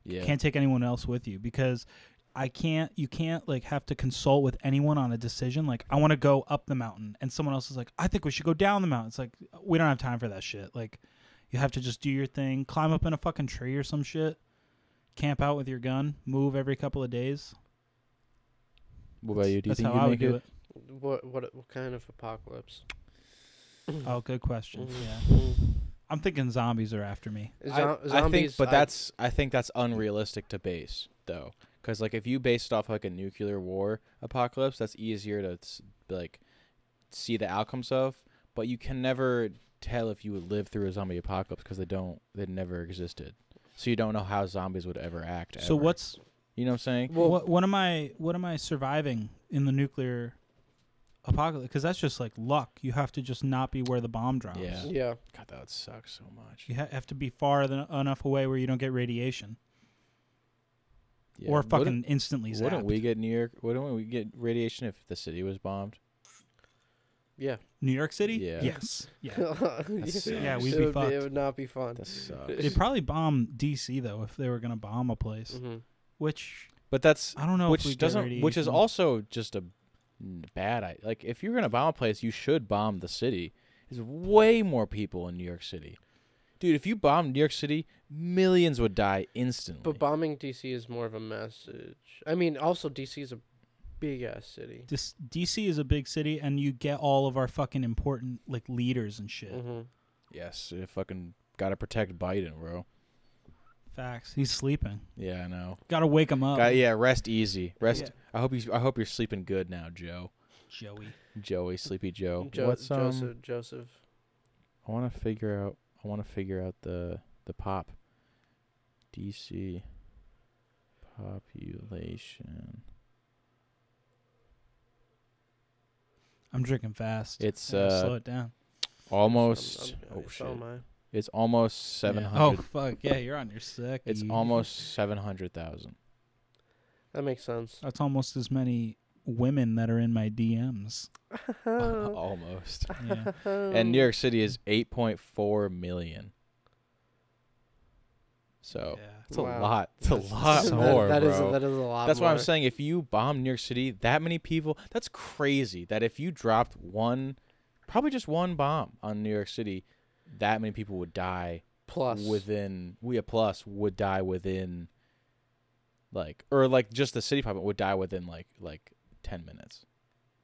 Speaker 2: Yeah.
Speaker 4: Can't take anyone else with you because I can't, you can't like have to consult with anyone on a decision. Like, I want to go up the mountain. And someone else is like, I think we should go down the mountain. It's like, we don't have time for that shit. Like, you have to just do your thing, climb up in a fucking tree or some shit, camp out with your gun, move every couple of days.
Speaker 2: what about you? Do you
Speaker 4: That's
Speaker 2: think
Speaker 4: how
Speaker 2: you'd
Speaker 4: I would
Speaker 2: make
Speaker 4: do
Speaker 2: it?
Speaker 4: it.
Speaker 3: What what what kind of apocalypse?
Speaker 4: Oh, good question. Yeah.
Speaker 3: Mm.
Speaker 4: I'm thinking zombies are after me.
Speaker 3: Zo-
Speaker 2: I, I think,
Speaker 3: zombies,
Speaker 2: but
Speaker 3: I-
Speaker 2: that's I think that's unrealistic to base though, because like if you based off like a nuclear war apocalypse, that's easier to s- like see the outcomes of. But you can never tell if you would live through a zombie apocalypse because they don't they never existed, so you don't know how zombies would ever act.
Speaker 4: So
Speaker 2: ever.
Speaker 4: what's
Speaker 2: you know what I'm saying?
Speaker 3: well,
Speaker 4: what, what am I what am I surviving in the nuclear apocalypse? Because that's just like luck. You have to just not be where the bomb drops.
Speaker 2: Yeah.
Speaker 3: yeah.
Speaker 2: God, that would suck so much.
Speaker 4: You ha- have to be far than, enough away where you don't get radiation
Speaker 2: Yeah.
Speaker 4: or
Speaker 2: Wouldn't-
Speaker 4: fucking instantly zapped.
Speaker 2: Wouldn't we get New York? Wouldn't we get radiation if the city was bombed?
Speaker 3: Yeah.
Speaker 4: New York City?
Speaker 2: Yeah.
Speaker 4: Yes. Yeah.
Speaker 3: yeah.
Speaker 4: yeah,
Speaker 2: sucks.
Speaker 4: we'd
Speaker 3: it
Speaker 4: be
Speaker 3: would
Speaker 4: fucked.
Speaker 3: Be, it would not be fun.
Speaker 2: That sucks.
Speaker 4: They'd probably bomb DC though if they were gonna bomb a place,
Speaker 3: Mhm.
Speaker 4: which
Speaker 2: But that's
Speaker 4: I don't know. if we
Speaker 2: which doesn't which is
Speaker 4: radiation.
Speaker 2: also just a n- bad idea. Like if you're gonna bomb a place, you should bomb the city. There's way more people in New York City, dude. If you bombed New York City, millions would die instantly.
Speaker 3: But bombing DC is more of a message. I mean, also DC is a big ass city.
Speaker 4: This DC is a big city, and you get all of our fucking important like leaders and shit.
Speaker 2: Mm-hmm.
Speaker 3: hmm
Speaker 2: yes, you fucking gotta protect Biden, bro.
Speaker 4: Facts. He's sleeping.
Speaker 2: Yeah, I know.
Speaker 4: Gotta wake him up,
Speaker 2: Got- yeah, rest easy. Rest.
Speaker 4: Yeah.
Speaker 2: I hope you. I hope you're sleeping good now, Joe.
Speaker 4: Joey.
Speaker 2: Joey, Sleepy Joe.
Speaker 3: Jo-
Speaker 2: What's um?
Speaker 3: Joseph? Joseph.
Speaker 2: I want to figure out. I want to figure out the the pop. DC population.
Speaker 4: I'm drinking fast.
Speaker 2: It's
Speaker 4: I gotta
Speaker 2: uh
Speaker 4: slow it down.
Speaker 2: almost.
Speaker 3: I'm- I'm-
Speaker 2: Oh
Speaker 3: so
Speaker 2: shit!
Speaker 3: am I.
Speaker 2: It's almost
Speaker 4: Yeah.
Speaker 2: seven
Speaker 4: Oh
Speaker 2: hundred.
Speaker 4: fuck yeah, you're on your sick.
Speaker 2: It's almost seven hundred thousand.
Speaker 3: That makes sense.
Speaker 4: That's almost as many women that are in my DMs.
Speaker 3: Oh.
Speaker 2: almost.
Speaker 4: Yeah.
Speaker 2: And New York City is eight point four million. So it's a
Speaker 3: Wow.
Speaker 2: lot. It's a
Speaker 3: That's-
Speaker 2: lot
Speaker 4: so-
Speaker 2: more,
Speaker 3: that, that
Speaker 2: bro.
Speaker 3: is a, that is a lot.
Speaker 2: That's
Speaker 3: more.
Speaker 2: why I'm saying if you bomb New York City, that many people, that's crazy. That if you dropped one, probably just one bomb on New York City, that many people would die
Speaker 3: Plus,
Speaker 2: within. We a plus would die within, like or like just the city pop would die within like like ten minutes,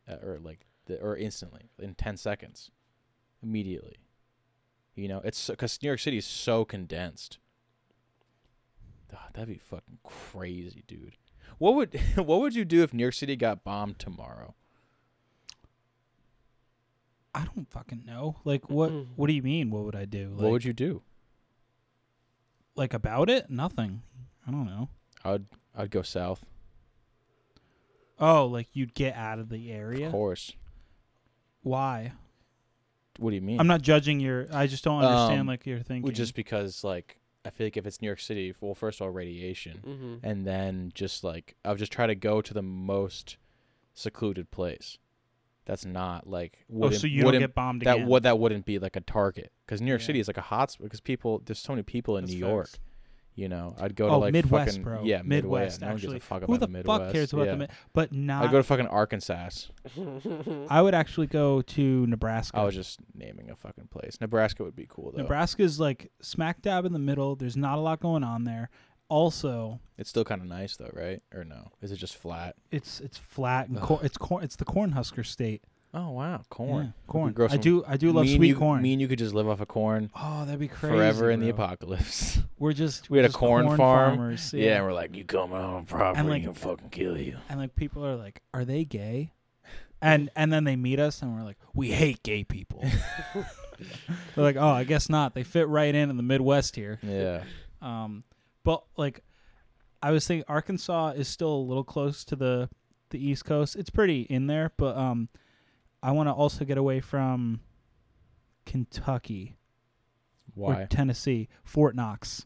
Speaker 2: uh, or like the, or instantly in ten seconds, immediately. You know, it's because New York City is so condensed. Ah, that'd be fucking crazy, dude. What would what would you do if New York City got bombed tomorrow?
Speaker 4: I don't fucking know. Like what? What do you mean? What would I do? Like,
Speaker 2: what would you do?
Speaker 4: like about it? Nothing. I don't know.
Speaker 2: I'd I'd go south,
Speaker 4: Oh, like you'd get out of the
Speaker 2: of
Speaker 4: area?
Speaker 2: course.
Speaker 4: Why?
Speaker 2: What do you mean?
Speaker 4: I'm not judging your. I just don't understand
Speaker 2: Um,
Speaker 4: like your thinking.
Speaker 2: Well, just because like I feel like if it's New York City, well, first of all, radiation,
Speaker 3: hmm
Speaker 4: Mm-hmm.
Speaker 2: and then just like I'll just try to go to the most secluded place. That's not like
Speaker 4: oh,
Speaker 2: wouldn't,
Speaker 4: so you don't
Speaker 2: wouldn't
Speaker 4: get bombed
Speaker 2: that
Speaker 4: again.
Speaker 2: would that wouldn't be like a target because New York
Speaker 4: Yeah.
Speaker 2: City is like a hotspot because people there's so many people in
Speaker 4: That's
Speaker 2: New York.
Speaker 4: facts.
Speaker 2: You know, I'd go to
Speaker 4: oh,
Speaker 2: like
Speaker 4: Midwest,
Speaker 2: fucking
Speaker 4: bro.
Speaker 2: yeah,
Speaker 4: Midwest.
Speaker 2: yeah, no one gives
Speaker 4: actually,
Speaker 2: a fuck
Speaker 4: who
Speaker 2: about
Speaker 4: the,
Speaker 2: Midwest.
Speaker 4: fuck cares about
Speaker 2: yeah.
Speaker 4: the? Mid- but not.
Speaker 2: I'd go to fucking Arkansas.
Speaker 3: Mm-hmm.
Speaker 4: I would actually go to Nebraska.
Speaker 2: I was just naming a fucking place. Nebraska would be cool though.
Speaker 4: Nebraska's like smack dab in the middle. There's not a lot going on there. Also,
Speaker 2: It's still kind of nice though, right? Or no? Is it just flat?
Speaker 4: it's it's flat and cor-
Speaker 2: Ugh.
Speaker 4: it's corn. It's the Cornhusker state.
Speaker 2: Oh wow,
Speaker 4: Yeah,
Speaker 2: corn.
Speaker 4: corn.
Speaker 2: grow
Speaker 4: I
Speaker 2: some-
Speaker 4: do I do love
Speaker 2: me and
Speaker 4: sweet
Speaker 2: you,
Speaker 4: corn.
Speaker 2: Me and you could just live off of corn
Speaker 4: oh, that'd be crazy.
Speaker 2: forever in the
Speaker 4: bro.
Speaker 2: apocalypse.
Speaker 4: We're just
Speaker 2: We had a
Speaker 4: just
Speaker 2: corn farm.
Speaker 4: farmers.
Speaker 2: yeah. and we're like, you come on property,
Speaker 4: like-
Speaker 2: and fucking kill you.
Speaker 4: and like people are like, are they gay? And and then they meet us and we're like, we hate gay people. They're like, oh, I guess not. They fit right in in the Midwest here.
Speaker 2: Yeah.
Speaker 4: Um, but like, I was thinking Arkansas is still a little close to the the East Coast. It's pretty in there, but um, I want to also get away from Kentucky or
Speaker 2: Why?
Speaker 4: Tennessee, Fort Knox.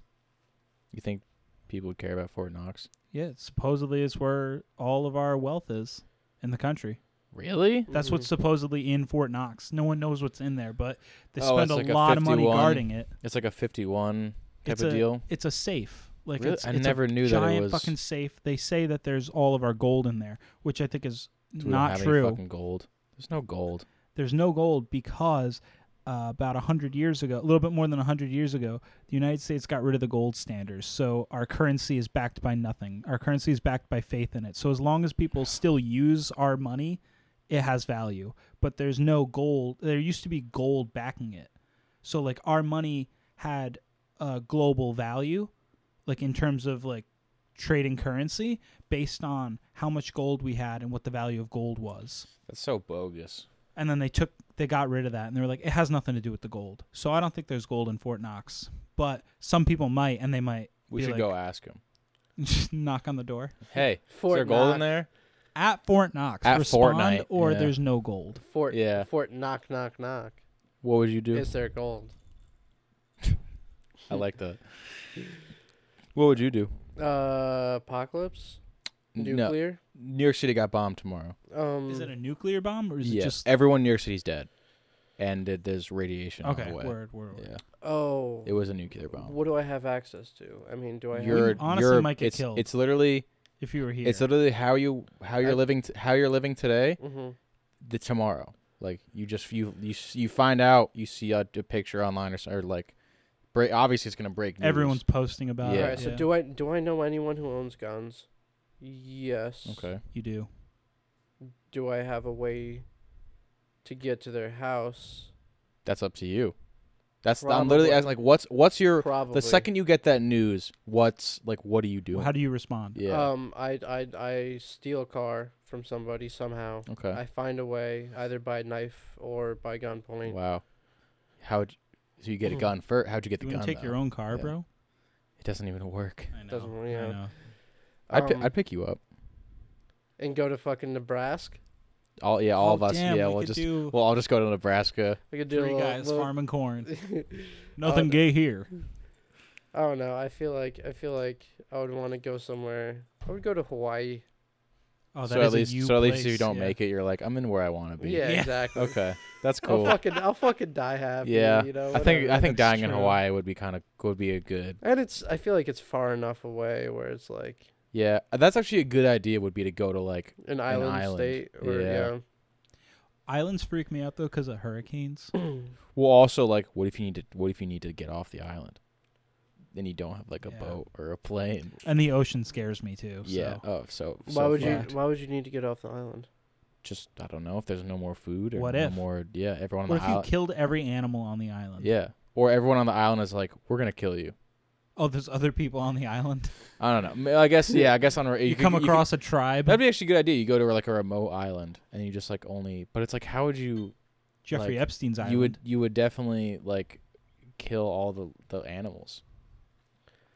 Speaker 2: You think people would care about Fort Knox?
Speaker 4: Yeah, it supposedly is where all of our wealth is in the country.
Speaker 2: Really?
Speaker 4: That's
Speaker 3: Mm.
Speaker 4: what's supposedly in Fort Knox. No one knows what's in there, but they
Speaker 2: Oh,
Speaker 4: spend
Speaker 2: it's
Speaker 4: a
Speaker 2: like a
Speaker 4: lot of money
Speaker 2: 51
Speaker 4: guarding it.
Speaker 2: It's like a 51 type
Speaker 4: It's
Speaker 2: of
Speaker 4: a-
Speaker 2: deal.
Speaker 4: It's a safe. Like
Speaker 2: Really?
Speaker 4: it's,
Speaker 2: I
Speaker 4: it's
Speaker 2: never
Speaker 4: a
Speaker 2: knew that it
Speaker 4: giant
Speaker 2: was-
Speaker 4: fucking safe. They say that there's all of our gold in there, which I think is
Speaker 2: So we don't
Speaker 4: not
Speaker 2: have
Speaker 4: true.
Speaker 2: Any fucking gold. There's no gold.
Speaker 4: There's no gold because uh, about 100 years ago, a little bit more than 100 years ago, the United States got rid of the gold standards. So our currency is backed by nothing. Our currency is backed by faith in it. So as long as people still use our money, it has value. But there's no gold. There used to be gold backing it. So like our money had a global value, like in terms of like trading currency based on how much gold we had and what the value of gold was
Speaker 2: That's so bogus.
Speaker 4: and then they took they got rid of that and they were like it has nothing to do with the gold so i don't think there's gold in fort knox but some people might and they might
Speaker 2: We
Speaker 4: be
Speaker 2: should
Speaker 4: like,
Speaker 2: go ask him.
Speaker 4: just knock on the door
Speaker 2: Hey,
Speaker 3: Fort
Speaker 2: is there gold in
Speaker 3: Knox.
Speaker 2: there?
Speaker 4: at fort knox
Speaker 2: At
Speaker 4: respond
Speaker 2: Fortnite,
Speaker 4: or
Speaker 2: yeah.
Speaker 4: there's no gold
Speaker 3: Fort
Speaker 2: Yeah.
Speaker 3: Fort knock knock knock.
Speaker 2: What would you do?
Speaker 3: Is there gold?
Speaker 2: I like that. What would you do?
Speaker 3: Uh, apocalypse,
Speaker 2: No,
Speaker 3: nuclear.
Speaker 2: New York City got bombed tomorrow.
Speaker 3: Um,
Speaker 4: is it a nuclear bomb or is
Speaker 2: yeah,
Speaker 4: it just
Speaker 2: everyone in New York City's dead, and th- there's radiation.
Speaker 4: okay
Speaker 2: on the way.
Speaker 4: word word, word.
Speaker 2: Yeah,
Speaker 3: oh,
Speaker 2: it was a nuclear bomb.
Speaker 3: what do I have access to? I mean, do I?
Speaker 4: You're-
Speaker 3: have,
Speaker 4: You honestly
Speaker 2: you're-
Speaker 4: might get
Speaker 2: it's,
Speaker 4: killed.
Speaker 2: It's literally,
Speaker 4: if you were here
Speaker 2: it's literally how you how you're
Speaker 3: I-
Speaker 2: living t- how you're living today.
Speaker 3: hmm
Speaker 2: The tomorrow, like you just you you s- you find out you see a, a picture online or, s- or like, break. Obviously, it's gonna break. News.
Speaker 4: everyone's posting about
Speaker 2: Yeah.
Speaker 4: it
Speaker 3: All right. So do I do I know anyone who owns guns? Yes.
Speaker 2: okay.
Speaker 4: you do
Speaker 3: Do I have a way to get to their house?
Speaker 2: That's up to you. That's I'm literally
Speaker 3: Probably.
Speaker 2: asking like, what's what's your
Speaker 3: Probably.
Speaker 2: the second you get that news, what's like, what do you do?
Speaker 4: how do you respond
Speaker 2: yeah.
Speaker 3: Um, I I I steal a car from somebody somehow.
Speaker 2: okay.
Speaker 3: I find a way either by knife or by gunpoint.
Speaker 2: Wow. How? So you get a
Speaker 3: Mhm.
Speaker 2: gun first? How'd you get
Speaker 4: Hmm. you
Speaker 2: the
Speaker 4: want
Speaker 2: gun?
Speaker 4: to take your
Speaker 2: though?
Speaker 4: own car
Speaker 2: Yeah.
Speaker 4: bro
Speaker 2: It doesn't even work.
Speaker 4: i know,
Speaker 3: Doesn't
Speaker 4: I
Speaker 3: really, uh,
Speaker 4: know.
Speaker 2: I'd, pi-
Speaker 3: Um,
Speaker 2: I'd pick you up.
Speaker 3: and go to fucking Nebraska.
Speaker 2: All yeah, all
Speaker 4: Oh,
Speaker 2: of us.
Speaker 4: damn,
Speaker 2: yeah,
Speaker 4: we
Speaker 2: we'll
Speaker 4: could
Speaker 2: just
Speaker 4: do
Speaker 2: well, I'll just go to Nebraska.
Speaker 3: We could do
Speaker 4: three
Speaker 3: a little,
Speaker 4: guys
Speaker 3: little- Uh,
Speaker 4: farming corn nothing gay here
Speaker 3: I don't know. I feel like I feel like I would want to go somewhere. I would go to Hawaii.
Speaker 4: oh that
Speaker 2: so at
Speaker 4: is a
Speaker 2: least
Speaker 4: you
Speaker 2: so at least if you
Speaker 4: place,
Speaker 2: don't
Speaker 4: yeah.
Speaker 2: make it, you're like I'm in where I want to be.
Speaker 3: Yeah,
Speaker 4: Yeah.
Speaker 3: exactly.
Speaker 2: Okay, that's cool.
Speaker 3: I'll fucking I'll fucking die happy.
Speaker 2: Yeah,
Speaker 3: you know.
Speaker 2: I think I
Speaker 3: whatever.
Speaker 2: think
Speaker 4: That's
Speaker 2: dying in
Speaker 4: true.
Speaker 2: Hawaii would be kind of would be a good.
Speaker 3: And it's I feel like it's far enough away where it's like
Speaker 2: Yeah, that's actually a good idea. Would be to go to like
Speaker 3: an island,
Speaker 2: island.
Speaker 3: state or
Speaker 2: Yeah.
Speaker 3: yeah.
Speaker 4: islands freak me out though because of hurricanes
Speaker 2: well, also like what if you need to what if you need to get off the island, then you don't have like a
Speaker 4: Yeah.
Speaker 2: boat or a plane.
Speaker 4: And the ocean scares me too. So.
Speaker 2: Yeah. Oh, so
Speaker 3: why
Speaker 2: so
Speaker 3: would
Speaker 2: fucked.
Speaker 3: you Why would you need to get off the island?
Speaker 2: just I don't know if there's no more food or
Speaker 4: What
Speaker 2: no
Speaker 4: if?
Speaker 2: more yeah everyone on
Speaker 4: What
Speaker 2: the
Speaker 4: if you
Speaker 2: island
Speaker 4: killed every animal on the island?
Speaker 2: yeah or everyone on the island is like we're gonna kill you
Speaker 4: Oh, there's other people on the island.
Speaker 2: I don't know Ma- I guess yeah I guess on
Speaker 4: You, come across a tribe.
Speaker 2: that'd be actually a good idea you go to like a remote island and you just like only but it's like how would you
Speaker 4: Jeffrey
Speaker 2: like,
Speaker 4: Epstein's island.
Speaker 2: you would you would definitely like kill all the the animals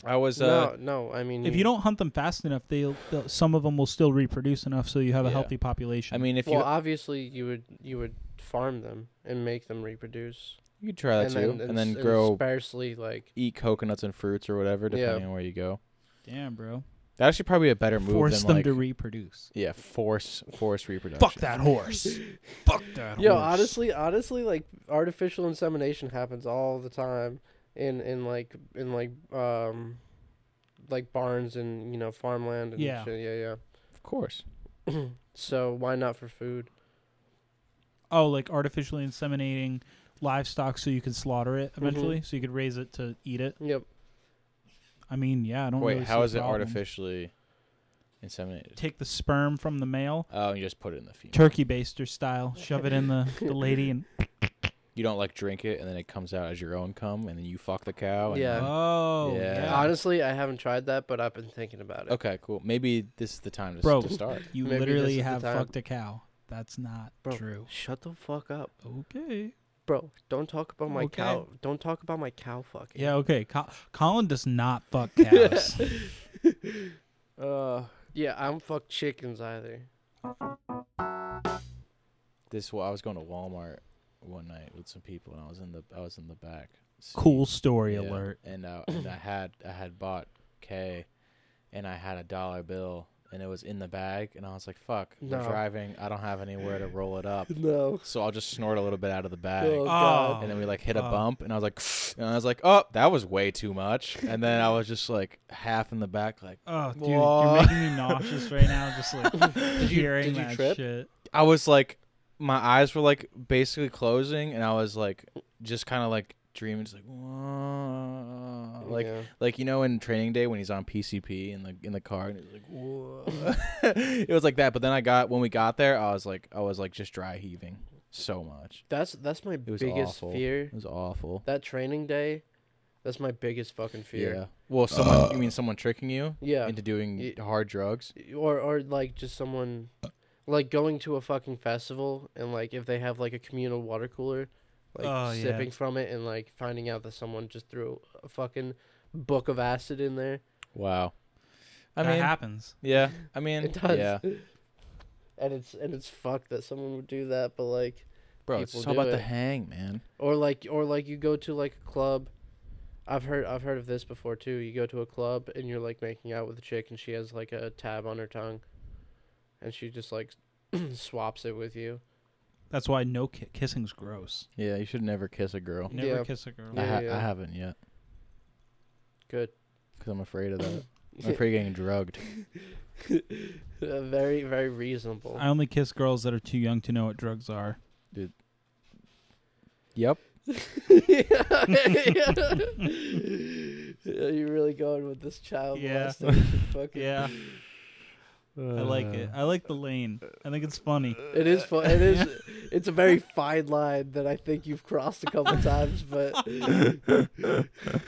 Speaker 2: I was uh
Speaker 3: no, no. I mean,
Speaker 4: If you don't hunt them fast enough, they'll, they'll some of them will still reproduce enough, so you have a
Speaker 2: Yeah.
Speaker 4: healthy population.
Speaker 2: I mean if
Speaker 3: well,
Speaker 2: you
Speaker 3: obviously you would you would farm them and make them reproduce,
Speaker 2: you could try that
Speaker 3: and,
Speaker 2: Uh, too
Speaker 3: then,
Speaker 2: and then
Speaker 3: s-
Speaker 2: grow
Speaker 3: sparsely like
Speaker 2: eat coconuts and fruits or whatever
Speaker 3: Yeah.
Speaker 2: depending on where you go
Speaker 4: damn, bro.
Speaker 2: that actually probably a better move
Speaker 4: Force
Speaker 2: than
Speaker 4: them
Speaker 2: like Oh,
Speaker 4: to reproduce.
Speaker 2: yeah force force reproduction
Speaker 4: Fuck that horse. Fuck that
Speaker 3: Yo,
Speaker 4: horse.
Speaker 3: honestly, honestly, like artificial insemination happens all the time in in like in like um like barns and you know farmland and
Speaker 4: Yeah.
Speaker 3: shit. Yeah,
Speaker 2: Of course.
Speaker 3: yeah. so why not for food?
Speaker 4: Oh, like artificially inseminating livestock so you can slaughter
Speaker 2: Mm-hmm.
Speaker 4: it eventually, so you could raise it to eat it.
Speaker 3: Yep.
Speaker 4: I mean, yeah, I don't.
Speaker 2: Wait,
Speaker 4: really see
Speaker 2: how
Speaker 4: a
Speaker 2: is it
Speaker 4: problem.
Speaker 2: artificially inseminated?
Speaker 4: Take the sperm from the male,
Speaker 2: Oh, you just put it in the female.
Speaker 4: turkey baster style, shove it in the, the lady, and
Speaker 2: you don't like drink it, and then it comes out as your own cum, and then you fuck the cow. And
Speaker 3: Yeah.
Speaker 4: oh
Speaker 2: Yeah.
Speaker 4: yeah,
Speaker 3: Honestly, I haven't tried that, but I've been thinking about it.
Speaker 2: Okay, cool. Maybe this is the time to, s-
Speaker 4: Bro.
Speaker 2: to start.
Speaker 4: you
Speaker 3: Maybe this is
Speaker 4: literally
Speaker 3: the
Speaker 4: have
Speaker 3: time.
Speaker 4: fucked a cow. That's not
Speaker 3: Bro.
Speaker 4: true.
Speaker 3: Shut the fuck up,
Speaker 4: Okay.
Speaker 3: bro. Don't talk about my
Speaker 4: Okay.
Speaker 3: cow. Don't talk about my cow fucking.
Speaker 4: Yeah. Okay. Col- Colin does not fuck cows.
Speaker 3: Uh. Yeah, I don't fuck chickens either.
Speaker 2: This wa- I was going to Walmart one night with some people, and I was in the I was in the back. seat.
Speaker 4: cool story
Speaker 2: Yeah,
Speaker 4: alert.
Speaker 2: And uh, and I had I had bought K, and I had a dollar bill, and it was in the bag, and I was like, "Fuck,
Speaker 3: No.
Speaker 2: I'm driving. I don't have anywhere to roll it up."
Speaker 3: No.
Speaker 2: So I'll just snort a little bit out of the bag.
Speaker 3: Oh,
Speaker 4: God.
Speaker 2: and then we like hit a
Speaker 4: fuck.
Speaker 2: bump and I was like and I was like, "Oh, that was way too much." And then I was just like half in the back like
Speaker 4: Oh, dude,
Speaker 2: Wha-
Speaker 4: you're making me oh, nauseous right now. Just like hearing
Speaker 3: did you
Speaker 4: that
Speaker 3: trip?
Speaker 4: shit.
Speaker 2: I was like my eyes were like basically closing and I was like just kind of like dreaming just like "Whoa." like
Speaker 3: Yeah.
Speaker 2: like you know in training day when he's on PCP in the in the car and he's like Whoa. it was like that but then I got when we got there I was like I was like just dry heaving so much
Speaker 3: That's that's my
Speaker 2: was
Speaker 3: biggest
Speaker 2: awful.
Speaker 3: fear.
Speaker 2: it was awful
Speaker 3: That training day, that's my biggest fucking
Speaker 2: yeah
Speaker 3: fear. Uh.
Speaker 2: well someone you mean someone tricking you
Speaker 3: Yeah.
Speaker 2: into doing
Speaker 3: Y-
Speaker 2: hard drugs
Speaker 3: Or or like just someone like going to a fucking festival and like if they have like a communal water cooler, like
Speaker 4: Oh, yeah.
Speaker 3: sipping from it and like finding out that someone just threw a fucking book of acid in there.
Speaker 2: Wow. I
Speaker 4: that
Speaker 2: mean,
Speaker 4: happens.
Speaker 2: yeah. I mean,
Speaker 3: It does.
Speaker 2: yeah.
Speaker 3: And it's and it's fucked that someone would do that, but like
Speaker 2: Bro, it's
Speaker 3: People
Speaker 2: just all
Speaker 3: do
Speaker 2: about the
Speaker 3: it.
Speaker 2: hang, man.
Speaker 3: or like or like you go to like a club i've heard i've heard of this before too you go to a club and you're like making out with a chick and she has like a tab on her tongue and she just like swaps it with you
Speaker 4: That's why no ki- kissing's gross.
Speaker 2: Yeah, you should never kiss a girl.
Speaker 4: Never
Speaker 3: Yeah.
Speaker 4: kiss a girl.
Speaker 2: I,
Speaker 3: Yeah,
Speaker 2: ha-
Speaker 3: yeah.
Speaker 2: I haven't yet
Speaker 3: good
Speaker 2: because I'm afraid of that. I'm afraid of getting drugged.
Speaker 3: Uh, very very reasonable
Speaker 4: I only kiss girls that are too young to know what drugs are.
Speaker 2: Yep.
Speaker 3: are you really going with this child
Speaker 4: Yeah.
Speaker 3: molestation fucking
Speaker 4: Yeah, I like it. I like the lane. I think it's funny.
Speaker 3: it is fun it is it's a very fine line that i think you've crossed a couple times but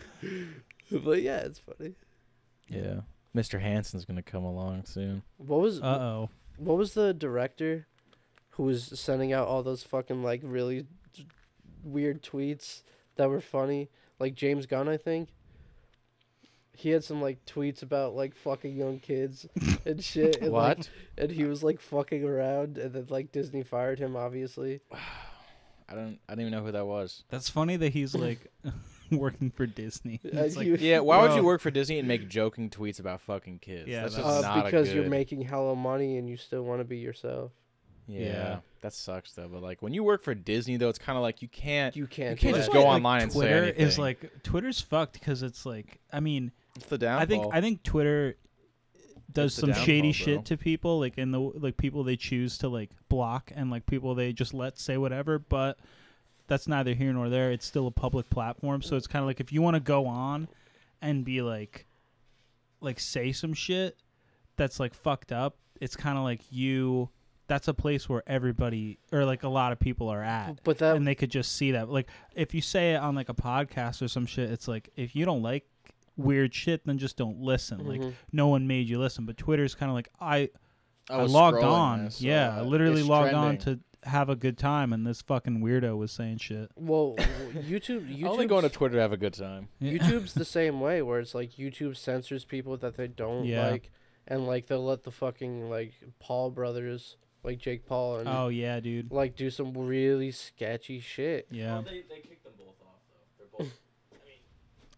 Speaker 3: but yeah it's funny
Speaker 2: Yeah. Mr. Hansen's going to come along soon.
Speaker 3: What was
Speaker 4: Uh oh.
Speaker 3: what was the director who was sending out all those fucking like really d- weird tweets that were funny? Like James Gunn, I think. He had some like tweets about like fucking young kids and shit. And, like,
Speaker 2: What?
Speaker 3: and he was like fucking around, and then like Disney fired him, obviously.
Speaker 2: I don't I don't even know who that was.
Speaker 4: That's funny that he's like working for Disney.
Speaker 3: Uh,
Speaker 4: It's like,
Speaker 3: you-
Speaker 2: Yeah, why would you
Speaker 4: Bro.
Speaker 2: work for Disney and make joking tweets about fucking kids?
Speaker 4: Yeah,
Speaker 2: that's,
Speaker 4: that's-
Speaker 2: just
Speaker 3: uh,
Speaker 2: not
Speaker 3: because
Speaker 2: a good...
Speaker 3: you're making hella money and you still want to be yourself.
Speaker 2: Yeah,
Speaker 4: Yeah.
Speaker 2: that sucks though. But like when you work for Disney though, it's kind of like you can't.
Speaker 3: You
Speaker 2: You
Speaker 3: can't.
Speaker 2: can't
Speaker 3: do
Speaker 2: just
Speaker 3: that.
Speaker 2: go
Speaker 4: Like,
Speaker 2: online and say
Speaker 4: Twitter is
Speaker 2: anything.
Speaker 4: like Twitter's fucked because it's like I mean
Speaker 2: It's the
Speaker 4: I think
Speaker 2: downfall.
Speaker 4: I think Twitter does
Speaker 2: It's the
Speaker 4: some shady
Speaker 2: downfall, bro.
Speaker 4: shit to people like in the like people they choose to like block and like people they just let say whatever but that's neither here nor there it's still a public platform so it's kind of like if you want to go on and be like like say some shit that's like fucked up it's kind of like you that's a place where everybody or like a lot of people are at
Speaker 3: But that
Speaker 4: and they could just see that. Like if you say it on like a podcast or some shit, it's like if you don't like weird shit, then just don't listen. Like
Speaker 3: Mhm.
Speaker 4: no one made you listen. But Twitter's kind of like I
Speaker 2: Mm-hmm. I
Speaker 4: I,
Speaker 2: was
Speaker 4: logged
Speaker 2: scrolling
Speaker 4: on,
Speaker 2: this,
Speaker 4: yeah, I
Speaker 2: uh,
Speaker 4: literally
Speaker 2: it's
Speaker 4: logged on
Speaker 2: trending.
Speaker 4: to have a good time, and this fucking weirdo was saying shit.
Speaker 3: well, YouTube. YouTube.
Speaker 2: I only go on to Twitter to have a good time.
Speaker 4: Yeah.
Speaker 3: YouTube's the same way, where it's like YouTube censors people that they don't
Speaker 4: Yeah.
Speaker 3: like, and like they'll let the fucking like Paul brothers, like Jake Paul,
Speaker 2: Mm-hmm.
Speaker 3: and
Speaker 4: oh yeah, dude.
Speaker 3: like do some really sketchy shit.
Speaker 4: Yeah,
Speaker 2: they, they kicked them both off though. They're both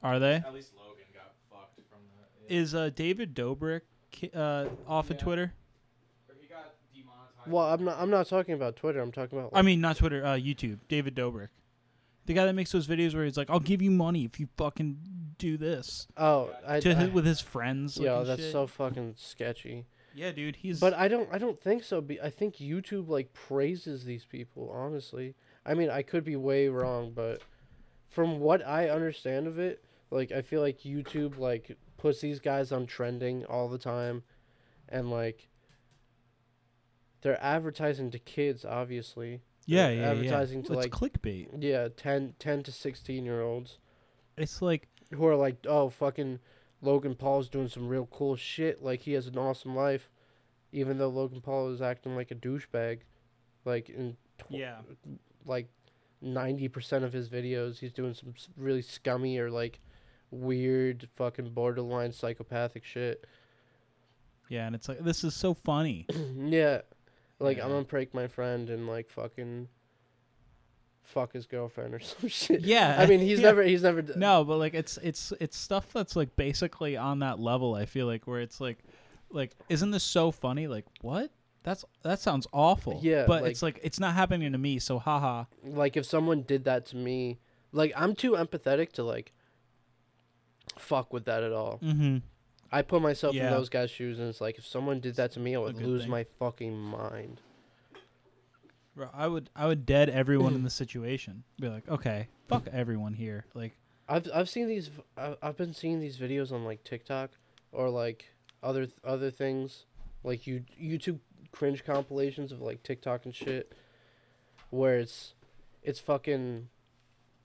Speaker 4: are they?
Speaker 2: at least Logan got fucked from that.
Speaker 4: Is uh, David Dobrik ki- uh, off of
Speaker 2: Yeah.
Speaker 4: Twitter?
Speaker 2: he got demonetized.
Speaker 3: Well, I'm not. I'm not talking about Twitter. I'm talking about. Like,
Speaker 4: I mean, not Twitter, uh, YouTube. David Dobrik. The guy that makes those videos where he's like, "I'll give you money if you fucking do this,"
Speaker 3: Oh, I,
Speaker 4: to
Speaker 3: I
Speaker 4: his, with his friends. like,
Speaker 3: yo,
Speaker 4: and
Speaker 3: that's
Speaker 4: shit.
Speaker 3: so fucking sketchy.
Speaker 4: Yeah, dude, he's.
Speaker 3: But I don't I don't think so. Be, I think YouTube like praises these people. Honestly, I mean I could be way wrong, but from what I understand of it, like I feel like YouTube like puts these guys on trending all the time, and like they're advertising to kids, obviously.
Speaker 4: yeah,
Speaker 3: they're
Speaker 4: yeah,
Speaker 3: advertising
Speaker 4: yeah.
Speaker 3: to,
Speaker 4: it's
Speaker 3: like-
Speaker 4: clickbait.
Speaker 3: Yeah, 10, 10 to sixteen year olds
Speaker 4: It's like
Speaker 3: who are like, oh fucking Logan Paul's doing some real cool shit. Like he has an awesome life, even though Logan Paul is acting like a douchebag. Like in tw-
Speaker 4: yeah,
Speaker 3: like ninety percent of his videos, he's doing some s- really scummy or like weird fucking borderline psychopathic shit.
Speaker 4: yeah, and it's like this is so funny.
Speaker 3: yeah, like
Speaker 4: Yeah.
Speaker 3: I'm gonna prank my friend and like fucking fuck his girlfriend or some shit.
Speaker 4: Yeah,
Speaker 3: I mean he's
Speaker 4: yeah.
Speaker 3: never he's never d-
Speaker 4: No, but like it's it's it's stuff that's like basically on that level. I feel like where it's like, like isn't this so funny? Like what? That's that sounds awful.
Speaker 3: Yeah,
Speaker 4: but
Speaker 3: like-
Speaker 4: it's like it's not happening to me. So haha.
Speaker 3: like if someone did that to me like i'm too empathetic to like fuck with that at all
Speaker 4: Mm-hmm.
Speaker 3: i put myself
Speaker 4: Yeah.
Speaker 3: in those guys shoes and it's like if someone did that to me i would
Speaker 4: good
Speaker 3: lose
Speaker 4: thing.
Speaker 3: my fucking mind
Speaker 4: Bro, I would I would dead everyone in the situation. Be like, okay, fuck everyone here. Like,
Speaker 3: i've i've seen these v- I- i've been seeing these videos on like tiktok or like other th- other things like you youtube cringe compilations of like tiktok and shit where it's it's fucking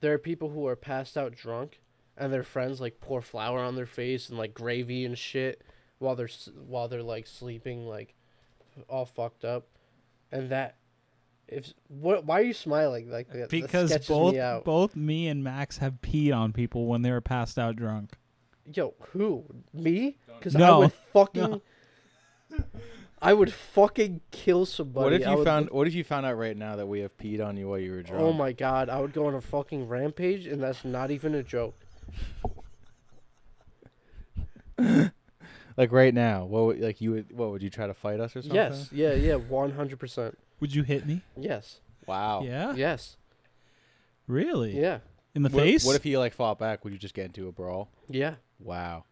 Speaker 3: there are people who are passed out drunk and their friends like pour flour on their face and like gravy and shit while they're s- while they're like sleeping like all fucked up and that if what why are you smiling like that That
Speaker 4: because
Speaker 3: sketches
Speaker 4: both
Speaker 3: me out.
Speaker 4: both me and Max have peed on people when they were passed out drunk.
Speaker 3: yo who me because i
Speaker 4: No.
Speaker 3: would fucking i would fucking kill somebody
Speaker 2: What if
Speaker 3: I
Speaker 2: you
Speaker 3: would-
Speaker 2: found? What if you found out right now that we have peed on you while you were drunk?
Speaker 3: oh my god i would go on a fucking rampage and that's not even a joke
Speaker 2: Like right now, what would, like you would? What would you try to fight us or something?
Speaker 3: yes yeah yeah 100%
Speaker 4: Would you hit me?
Speaker 3: yes
Speaker 2: Wow.
Speaker 4: Yeah.
Speaker 3: yes
Speaker 4: Really?
Speaker 3: yeah
Speaker 4: In the
Speaker 2: What,
Speaker 4: face?
Speaker 2: what if you like fought back? Would you just get into a brawl?
Speaker 3: yeah
Speaker 2: Wow.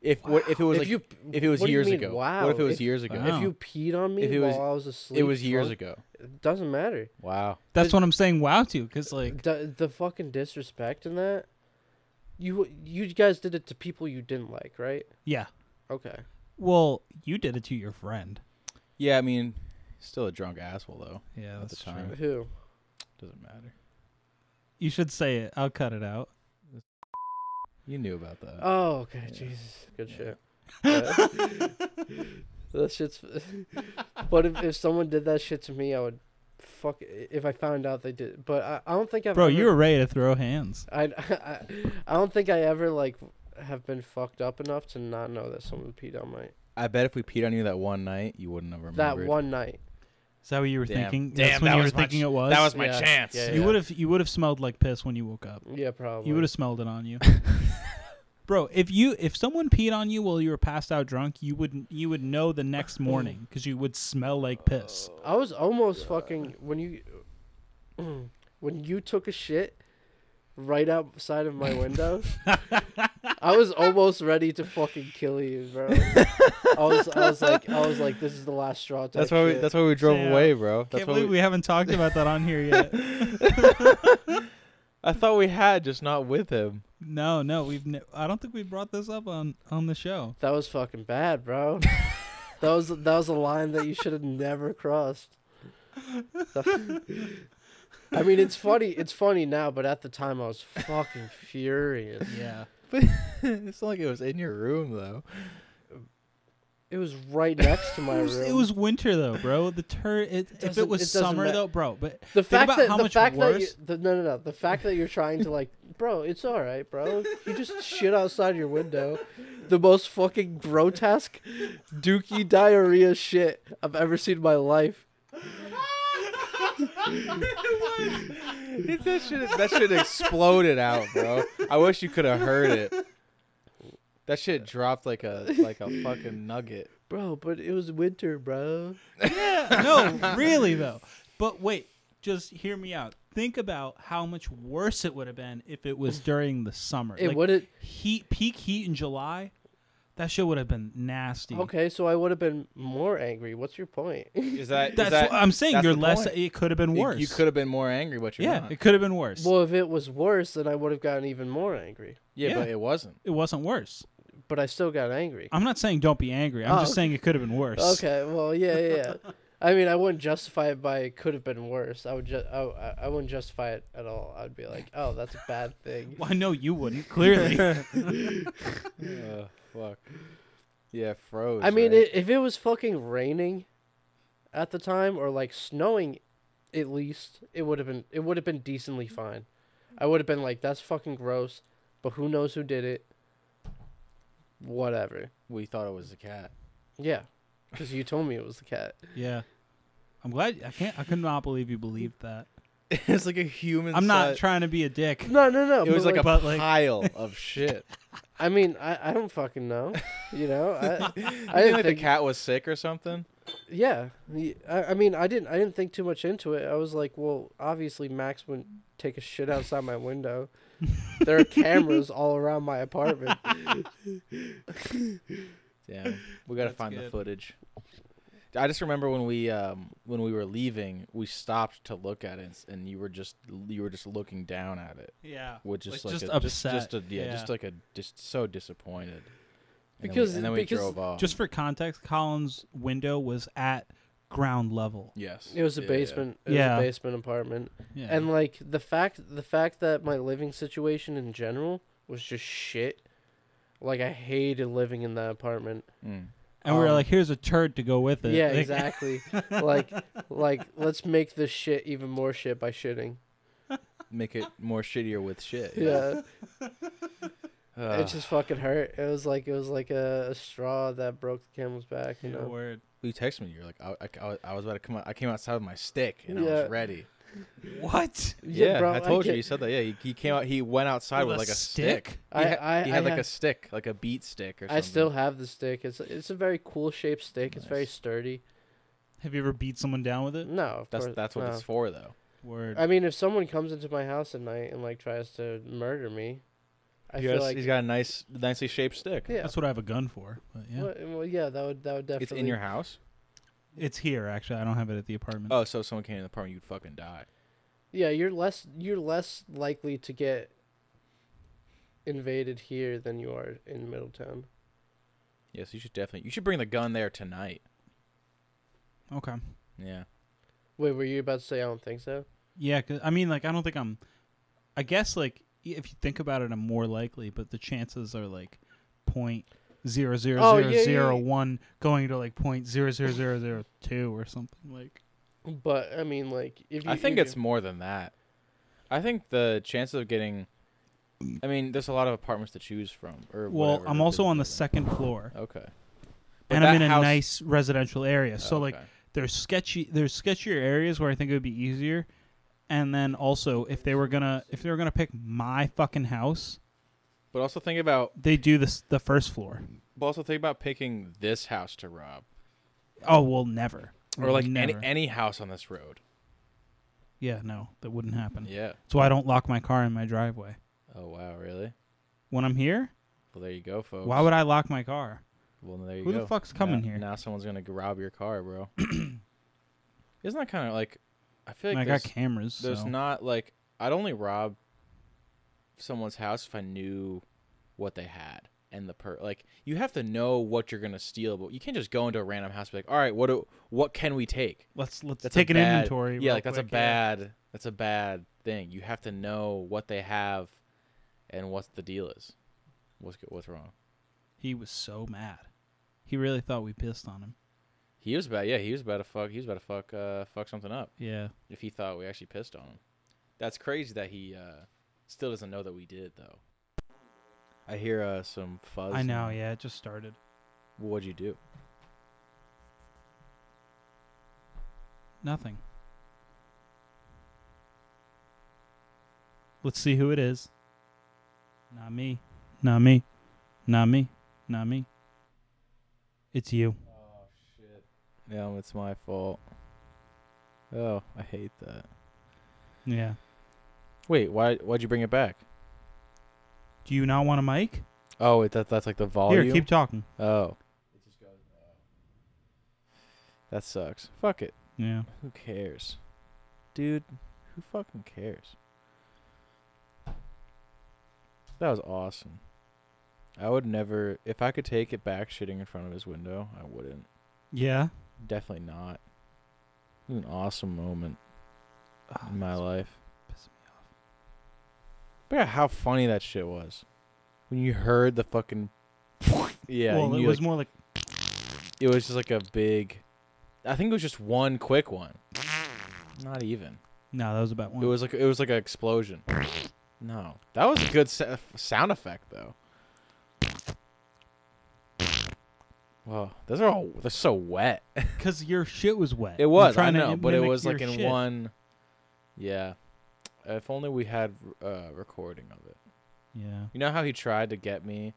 Speaker 2: If what if it was
Speaker 3: If
Speaker 2: like
Speaker 3: you-
Speaker 2: if it was
Speaker 3: what do you
Speaker 2: years
Speaker 3: mean,
Speaker 2: ago?
Speaker 3: wow?
Speaker 2: What if it was
Speaker 3: If-
Speaker 2: years ago?
Speaker 4: Wow.
Speaker 3: If you peed on me
Speaker 2: If it was-
Speaker 3: while I was asleep,
Speaker 2: It was years
Speaker 3: drunk,
Speaker 2: ago.
Speaker 3: It doesn't matter.
Speaker 2: Wow.
Speaker 4: That's what I'm saying. Wow, too, because like,
Speaker 3: The, the fucking disrespect in that. You you guys did it to people you didn't like, right?
Speaker 4: yeah.
Speaker 3: Okay.
Speaker 4: Well, you did it to your friend.
Speaker 2: Yeah, I mean, still a drunk asshole though.
Speaker 4: Yeah,
Speaker 2: At the
Speaker 4: that's true.
Speaker 2: time.
Speaker 3: Who?
Speaker 2: Doesn't matter.
Speaker 4: You should say it. I'll cut it out.
Speaker 2: You knew about that.
Speaker 3: Oh, okay. Jesus. Good shit. Yeah. that shit's. but if, if someone did that shit to me, I would fuck. If I found out they did, but I, I don't think I've.
Speaker 4: Bro,
Speaker 3: ever-
Speaker 4: you were ready to throw hands.
Speaker 3: I, I I don't think I ever like have been fucked up enough to not know that someone peed on my
Speaker 2: I bet if we peed on you that one night, you wouldn't have remembered.
Speaker 3: that one night.
Speaker 4: Is that what you were
Speaker 2: Damn.
Speaker 4: thinking?
Speaker 2: Damn,
Speaker 4: That's when
Speaker 2: that
Speaker 4: you
Speaker 2: was
Speaker 4: were
Speaker 2: my
Speaker 4: thinking
Speaker 2: ch-
Speaker 4: it was?
Speaker 2: that was my
Speaker 3: Yeah.
Speaker 2: chance.
Speaker 3: Yeah,
Speaker 4: You would have you would have smelled like piss when you woke up.
Speaker 3: Yeah, probably.
Speaker 4: You would have smelled it on you. Bro, if you if someone peed on you while you were passed out drunk, you would you would know the next morning because you would smell like piss.
Speaker 3: I was almost fucking when you when you took a shit right outside of my window. I was almost ready to fucking kill you, bro. I was I was like I was like this is the last straw. Type
Speaker 2: That's why. We,
Speaker 3: shit.
Speaker 2: that's why we drove
Speaker 4: Damn.
Speaker 2: away, bro. That's
Speaker 4: Can't
Speaker 2: why
Speaker 4: believe we... haven't talked about that on here yet.
Speaker 2: I thought we had, just not with him.
Speaker 4: no, no, we've ne- I don't think we brought this up on on the show.
Speaker 3: that was fucking bad, bro. that was that was a line that you should have never crossed. I mean, it's funny. It's funny now, but at the time I was fucking furious.
Speaker 4: Yeah.
Speaker 2: it's not like it was in your room though.
Speaker 3: It was right next to my
Speaker 4: It
Speaker 3: room.
Speaker 4: was, it was winter though, bro. The tur it, if
Speaker 3: doesn't-
Speaker 4: it
Speaker 3: it
Speaker 4: was
Speaker 3: doesn't
Speaker 4: summer
Speaker 3: ma-
Speaker 4: though, bro. But
Speaker 3: The
Speaker 4: think
Speaker 3: fact
Speaker 4: about
Speaker 3: that
Speaker 4: how
Speaker 3: the
Speaker 4: much
Speaker 3: fact
Speaker 4: worse.
Speaker 3: that you, the, no no no the fact that you're trying to like bro it's all right bro you just shit outside your window the most fucking grotesque dookie diarrhea shit I've ever seen in my life
Speaker 2: It- that shit. That shit exploded out, bro. I wish you could have heard it. That shit dropped like a like a fucking nugget.
Speaker 3: bro but it was winter bro
Speaker 4: no, really though. But wait, just hear me out. think about how much worse it would have been if it was during the summer.
Speaker 3: It
Speaker 4: Like,
Speaker 3: would have.
Speaker 4: heat peak heat in July. That shit would have been nasty.
Speaker 3: Okay, so I would have been more angry. What's your point?
Speaker 2: Is that is
Speaker 4: That's
Speaker 2: that-
Speaker 4: what I'm saying.
Speaker 2: that's
Speaker 4: You're
Speaker 2: the
Speaker 4: less.
Speaker 2: point.
Speaker 4: It could have been
Speaker 2: You-
Speaker 4: worse.
Speaker 2: You, could have been more angry, but you're
Speaker 4: Yeah,
Speaker 2: not.
Speaker 4: it could have been worse.
Speaker 3: well, if it was worse, then I would have gotten even more angry.
Speaker 2: yeah,
Speaker 4: yeah.
Speaker 2: but it wasn't.
Speaker 4: it wasn't worse.
Speaker 3: But I still got angry.
Speaker 4: I'm not saying don't be angry. I'm
Speaker 3: Oh,
Speaker 4: just
Speaker 3: okay.
Speaker 4: saying it could have been worse.
Speaker 3: Okay, well, yeah, yeah. yeah. I mean, I wouldn't justify it by it could have been worse. I would just, I, I- I wouldn't justify it at all. I'd be like, oh, that's a bad thing.
Speaker 4: Well, I know you wouldn't. Clearly,
Speaker 2: Uh, fuck. Yeah, froze.
Speaker 3: I mean,
Speaker 2: right?
Speaker 3: i if it was fucking raining at the time or like snowing, at least it would have been it would have been decently fine. I would have been like, that's fucking gross, but who knows who did it? Whatever.
Speaker 2: we thought it was the cat.
Speaker 3: Yeah, because you told me it was the cat.
Speaker 4: yeah. I'm glad. I can't. I could not believe you believed that.
Speaker 2: it's like a human.
Speaker 4: I'm not
Speaker 2: si-
Speaker 4: trying to be a dick.
Speaker 3: No, no, no.
Speaker 2: It was
Speaker 3: but,
Speaker 2: like a
Speaker 4: but, like-
Speaker 2: pile of shit.
Speaker 3: I mean, I, I don't fucking know. You know, I,
Speaker 2: I
Speaker 3: didn't
Speaker 2: think like
Speaker 3: think-
Speaker 2: the cat was sick or something.
Speaker 3: yeah. Y- I, I mean, I didn't. I didn't think too much into it. I was like, well, obviously Max wouldn't take a shit outside my window. there are cameras all around my apartment.
Speaker 2: Yeah, we gotta
Speaker 4: That's
Speaker 2: find the
Speaker 4: good.
Speaker 2: footage. I just remember when we um when we were leaving, we stopped to look at it, and s- and you were just you were just looking down at it,
Speaker 4: Yeah.
Speaker 2: which
Speaker 4: Like,
Speaker 2: is like
Speaker 4: just
Speaker 2: a,
Speaker 4: upset.
Speaker 2: Just, just a, yeah, just
Speaker 4: Yeah.
Speaker 2: like a just so disappointed. And then we-
Speaker 3: Because-
Speaker 2: and then we
Speaker 3: because-
Speaker 2: drove off.
Speaker 4: Just for context, Colin's window was at ground level.
Speaker 2: yes,
Speaker 3: It was a
Speaker 2: Yeah, yeah.
Speaker 3: basement. It
Speaker 4: Yeah.
Speaker 3: was a basement apartment,
Speaker 4: Yeah.
Speaker 3: and like the fact, the fact that my living situation in general was just shit. Like I hated living in that apartment.
Speaker 2: Mm.
Speaker 4: And we were
Speaker 3: Um,
Speaker 4: like, here's a turd to go with it.
Speaker 3: yeah,
Speaker 4: Like,
Speaker 3: exactly. like, like let's make this shit even more shit by shitting.
Speaker 2: Make it more shittier with shit.
Speaker 3: Yeah,
Speaker 2: Ugh. Uh,
Speaker 3: it just fucking hurt. It was like it was like a, a straw that broke the camel's back. You know.
Speaker 4: Word.
Speaker 2: you texted me. You're like, I, I- I, was- I was about to come out. I came outside with my stick and I
Speaker 3: Yeah.
Speaker 2: was ready.
Speaker 4: What?
Speaker 2: Yeah, I told you.
Speaker 3: get-
Speaker 2: You said that. Yeah, he, he came out. He went outside with,
Speaker 4: With a
Speaker 2: like a
Speaker 4: stick?
Speaker 2: stick.
Speaker 3: I-
Speaker 2: he, ha-
Speaker 3: I-
Speaker 2: he
Speaker 3: I
Speaker 2: had like
Speaker 3: ha-
Speaker 2: a stick, like a beat stick or something.
Speaker 3: I still have the stick. It's it's a very cool shaped stick. It's very
Speaker 2: Nice.
Speaker 3: sturdy.
Speaker 4: Have you ever beat someone down with it?
Speaker 3: No, of
Speaker 2: That's
Speaker 3: course,
Speaker 2: that's what
Speaker 3: no.
Speaker 2: it's for, though.
Speaker 4: Word.
Speaker 3: I mean, if someone comes into my house at night and like tries to murder me, I
Speaker 2: he
Speaker 3: feel
Speaker 2: has,
Speaker 3: like
Speaker 2: he's got a nice, nicely shaped stick.
Speaker 3: yeah,
Speaker 4: That's what I have a gun for. But yeah.
Speaker 3: Well, well, yeah, that would that would definitely.
Speaker 2: It's in your house.
Speaker 4: It's here, actually. I don't have it at the apartment.
Speaker 2: Oh, so if someone came in the apartment, you'd fucking die.
Speaker 3: Yeah, you're less you're less likely to get invaded here than you are in Middletown.
Speaker 2: Yes, you should definitely. You should bring the gun there tonight.
Speaker 3: Oh.
Speaker 4: Okay.
Speaker 2: Yeah.
Speaker 3: Wait, were you about to say I don't think so?
Speaker 4: Yeah, 'cause- I mean, like, I don't think I'm. I guess, like, y- if you think about it, I'm more likely, but the chances are, like, point zero zero
Speaker 3: Oh,
Speaker 4: zero
Speaker 3: yeah, yeah,
Speaker 4: zero
Speaker 3: yeah.
Speaker 4: one going to like point zero zero zero zero two or something like
Speaker 3: But I mean, like if you
Speaker 2: I think
Speaker 3: if
Speaker 2: it's
Speaker 3: you-
Speaker 2: more than that. I think the chances of getting. I mean, there's a lot of apartments to choose from. Or
Speaker 4: well
Speaker 2: whatever
Speaker 4: i'm
Speaker 2: that
Speaker 4: also
Speaker 2: is.
Speaker 4: on the second floor
Speaker 2: Okay.
Speaker 4: and
Speaker 2: that
Speaker 4: i'm in a
Speaker 2: house-
Speaker 4: nice residential area so like
Speaker 2: Okay.
Speaker 4: there's sketchy there's sketchier areas where I think it would be easier. And then also if they were gonna if they were gonna pick my fucking house,
Speaker 2: But also think about.
Speaker 4: they do this the first floor.
Speaker 2: But also think about picking this house to rob,
Speaker 4: Oh well never.
Speaker 2: or like
Speaker 4: never.
Speaker 2: any any house on this road.
Speaker 4: Yeah, no, that wouldn't happen.
Speaker 2: Yeah.
Speaker 4: That's why I don't lock my car in my driveway.
Speaker 2: Oh wow, really?
Speaker 4: When I'm here,
Speaker 2: Well, there you go, folks.
Speaker 4: why would I lock my car?
Speaker 2: Well, Oh, there you
Speaker 4: Who the
Speaker 2: go.
Speaker 4: fuck's coming
Speaker 2: now,
Speaker 4: here?
Speaker 2: Now someone's gonna g- rob your car, bro. Isn't that kind of like? I feel
Speaker 4: And
Speaker 2: like
Speaker 4: I got
Speaker 2: there's,
Speaker 4: cameras.
Speaker 2: there's
Speaker 4: so.
Speaker 2: not like I'd only rob someone's house if I knew what they had and the per like you have to know what you're gonna steal, but you can't just go into a random house and be like, all right, what do what can we take?
Speaker 4: let's let's
Speaker 2: That's a
Speaker 4: take an
Speaker 2: bad-
Speaker 4: inventory.
Speaker 2: Yeah,
Speaker 4: real
Speaker 2: like that's a
Speaker 4: quick, yeah.
Speaker 2: bad that's a bad thing. You have to know what they have and what the deal is. What's go- what's wrong?
Speaker 4: He was so mad. He really thought we pissed on him.
Speaker 2: He was about yeah, he was about to fuck he was about to fuck uh fuck something up.
Speaker 4: Yeah.
Speaker 2: if he thought we actually pissed on him. That's crazy that he uh, still doesn't know that we did though. I hear uh, some fuzz.
Speaker 4: I know,
Speaker 2: now.
Speaker 4: yeah, it just started.
Speaker 2: What'd you do?
Speaker 4: Nothing. Let's see who it is. Not me. Not me. Not me. Not me. It's you.
Speaker 2: No, it's my fault. Oh, I hate that.
Speaker 4: Yeah.
Speaker 2: Wait, why why'd you bring it back?
Speaker 4: Do you not want a mic?
Speaker 2: Oh, wait, that that's like the volume.
Speaker 4: Here, keep talking.
Speaker 2: oh. uh, That sucks. Fuck it.
Speaker 4: Yeah.
Speaker 2: Who cares? Dude, who fucking cares? That was awesome. I would never if I could take it back shitting in front of his window, I wouldn't.
Speaker 4: Yeah.
Speaker 2: Definitely not. It was an awesome moment
Speaker 4: Oh,
Speaker 2: in Ah, my life.
Speaker 4: pissing me off.
Speaker 2: But how funny that shit was. When you heard the fucking Yeah,
Speaker 4: well,
Speaker 2: and
Speaker 4: it
Speaker 2: you,
Speaker 4: was
Speaker 2: like-
Speaker 4: more like
Speaker 2: it was just like a big I think it was just one quick one. Not even.
Speaker 4: no, that was about one.
Speaker 2: It was like it was like an explosion. No, that was a good sa- sound effect though. Wow, those are all they're so wet.
Speaker 4: because your shit was wet.
Speaker 2: It
Speaker 4: I'm
Speaker 2: was I
Speaker 4: trying to
Speaker 2: know,
Speaker 4: im-
Speaker 2: but it
Speaker 4: mimic
Speaker 2: was like
Speaker 4: your
Speaker 2: in
Speaker 4: shit.
Speaker 2: one. Yeah, if only we had uh, recording of it.
Speaker 4: Yeah.
Speaker 2: You know how he tried to get me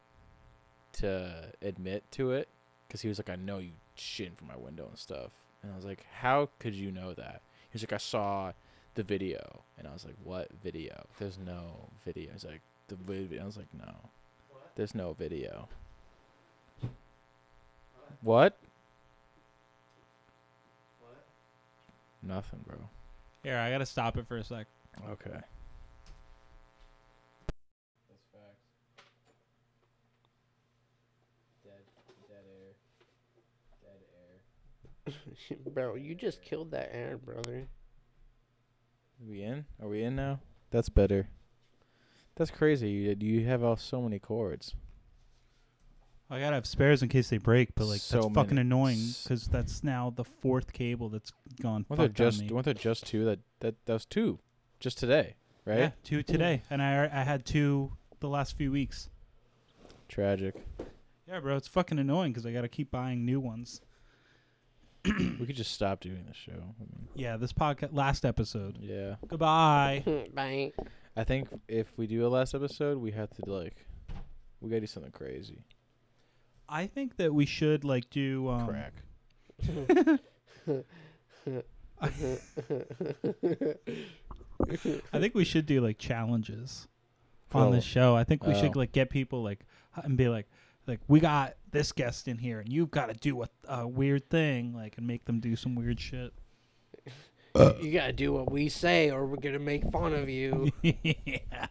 Speaker 2: to admit to it because he was like, "I know you shitting from my window and stuff," and I was like, "How could you know that?" He's like, "I saw the video," and I was like, "What video? There's no video." He's like, "The video." I was like, "No, there's no video." What? Nothing, bro.
Speaker 4: Here, I gotta stop it for a sec.
Speaker 2: Okay. That's facts. Dead, dead air. Dead air.
Speaker 3: bro, you just killed that air, brother.
Speaker 2: Are we in? Are we in now? That's better. That's crazy. You you have all so many chords.
Speaker 4: I gotta have spares in case they break, but like
Speaker 2: So
Speaker 4: that's fucking
Speaker 2: many.
Speaker 4: annoying
Speaker 2: S-
Speaker 4: because that's now the fourth cable that's gone.
Speaker 2: Weren't there
Speaker 4: fucked on
Speaker 2: just
Speaker 4: me.
Speaker 2: weren't there just two that that that was two, just today, right?
Speaker 4: Yeah, two today, and I I had two the last few weeks.
Speaker 2: Tragic.
Speaker 4: Yeah, bro, it's fucking annoying because I gotta keep buying new ones.
Speaker 2: we could just stop doing the show. I mean,
Speaker 4: Yeah, this podcast last episode.
Speaker 2: yeah.
Speaker 4: Goodbye.
Speaker 3: Bye.
Speaker 2: I think if we do a last episode, we have to like, we gotta do something crazy.
Speaker 4: I think that we should like do um,
Speaker 2: Crack.
Speaker 4: I think we should do like challenges
Speaker 2: Oh.
Speaker 4: on this show. I think we should
Speaker 2: Oh.
Speaker 4: like get people like h- and be like, like we got this guest in here, and you've got to do a, a weird thing, like, and make them do some weird shit.
Speaker 3: you gotta do what we say, or we're gonna make fun of you.
Speaker 4: yeah.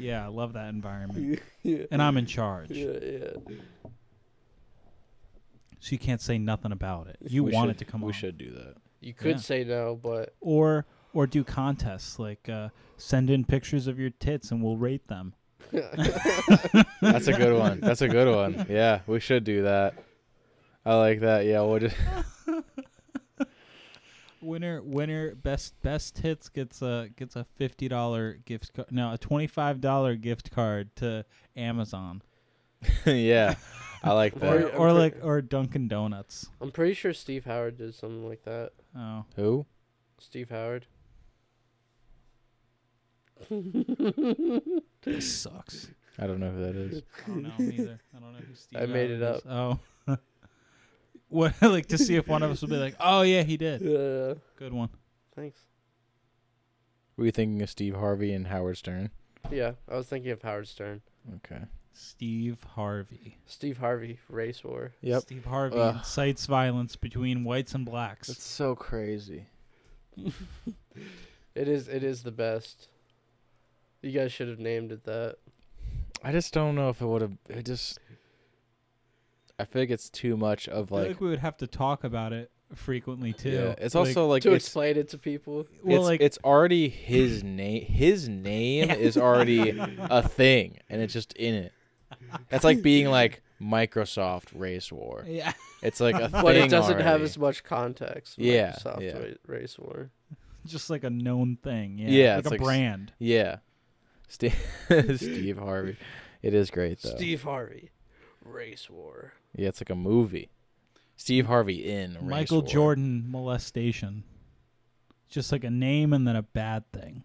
Speaker 4: yeah, I love that environment, and I'm in charge,
Speaker 3: yeah.
Speaker 4: so you can't say nothing about it. You
Speaker 2: We
Speaker 4: want
Speaker 2: should-
Speaker 4: it to come
Speaker 2: We
Speaker 4: on,
Speaker 2: should do that.
Speaker 3: You could
Speaker 4: Yeah.
Speaker 3: say no, but
Speaker 4: or or do contests like uh, send in pictures of your tits, and we'll rate them.
Speaker 2: That's a good one. That's a good one. Yeah, we should do that. I like that. Yeah, we'll just
Speaker 4: Winner, winner, best best hits gets a gets a fifty dollar gift card. No, a twenty five dollar gift card to Amazon
Speaker 2: yeah, I like
Speaker 4: or
Speaker 2: that.
Speaker 3: I'm
Speaker 4: or
Speaker 3: pre-
Speaker 4: like or Dunkin' Donuts.
Speaker 3: I'm pretty sure Steve Howard did something like that.
Speaker 4: Oh,
Speaker 2: Who?
Speaker 3: Steve Howard.
Speaker 4: this sucks.
Speaker 2: I don't know who that is.
Speaker 4: I don't know either. I don't know who Steve.
Speaker 3: I made it
Speaker 4: Allen is. Oh, what? Like to see if one of us would be like, oh yeah, he did.
Speaker 3: Yeah.
Speaker 4: Good one.
Speaker 3: Thanks.
Speaker 2: Were you thinking of Steve Harvey and Howard Stern?
Speaker 3: Yeah, I was thinking of Howard Stern.
Speaker 4: Steve Harvey.
Speaker 3: Steve Harvey, race war.
Speaker 2: Yep.
Speaker 4: Steve Harvey
Speaker 2: Ugh.
Speaker 4: incites violence between whites and blacks.
Speaker 2: so crazy.
Speaker 3: It is it is the best. You guys should have named it that.
Speaker 2: I just don't know if it would have. It just. I feel like it's too much of
Speaker 4: I feel
Speaker 2: like.
Speaker 4: like we would have to talk about it frequently too.
Speaker 2: Yeah, it's
Speaker 4: Like,
Speaker 2: also like
Speaker 3: to
Speaker 2: it's
Speaker 3: explain it to people.
Speaker 4: well,
Speaker 2: it's,
Speaker 4: like
Speaker 2: it's already his name. His name is already a thing, and it's just in it. That's like being like Microsoft Race War.
Speaker 4: yeah.
Speaker 2: It's like a thing.
Speaker 3: But it doesn't have
Speaker 2: already.
Speaker 3: as much context.
Speaker 2: Yeah,
Speaker 3: Microsoft
Speaker 2: yeah.
Speaker 3: ra- race war.
Speaker 4: just like a known thing. Yeah,
Speaker 2: Yeah,
Speaker 4: like
Speaker 2: it's
Speaker 4: a
Speaker 2: like s-
Speaker 4: brand.
Speaker 2: Yeah, Steve, Steve Harvey. It is great though.
Speaker 3: Steve Harvey, race war.
Speaker 2: Yeah, it's like a movie. Steve Harvey in Race
Speaker 4: Michael
Speaker 2: War.
Speaker 4: Jordan molestation. Just like a name and then a bad thing.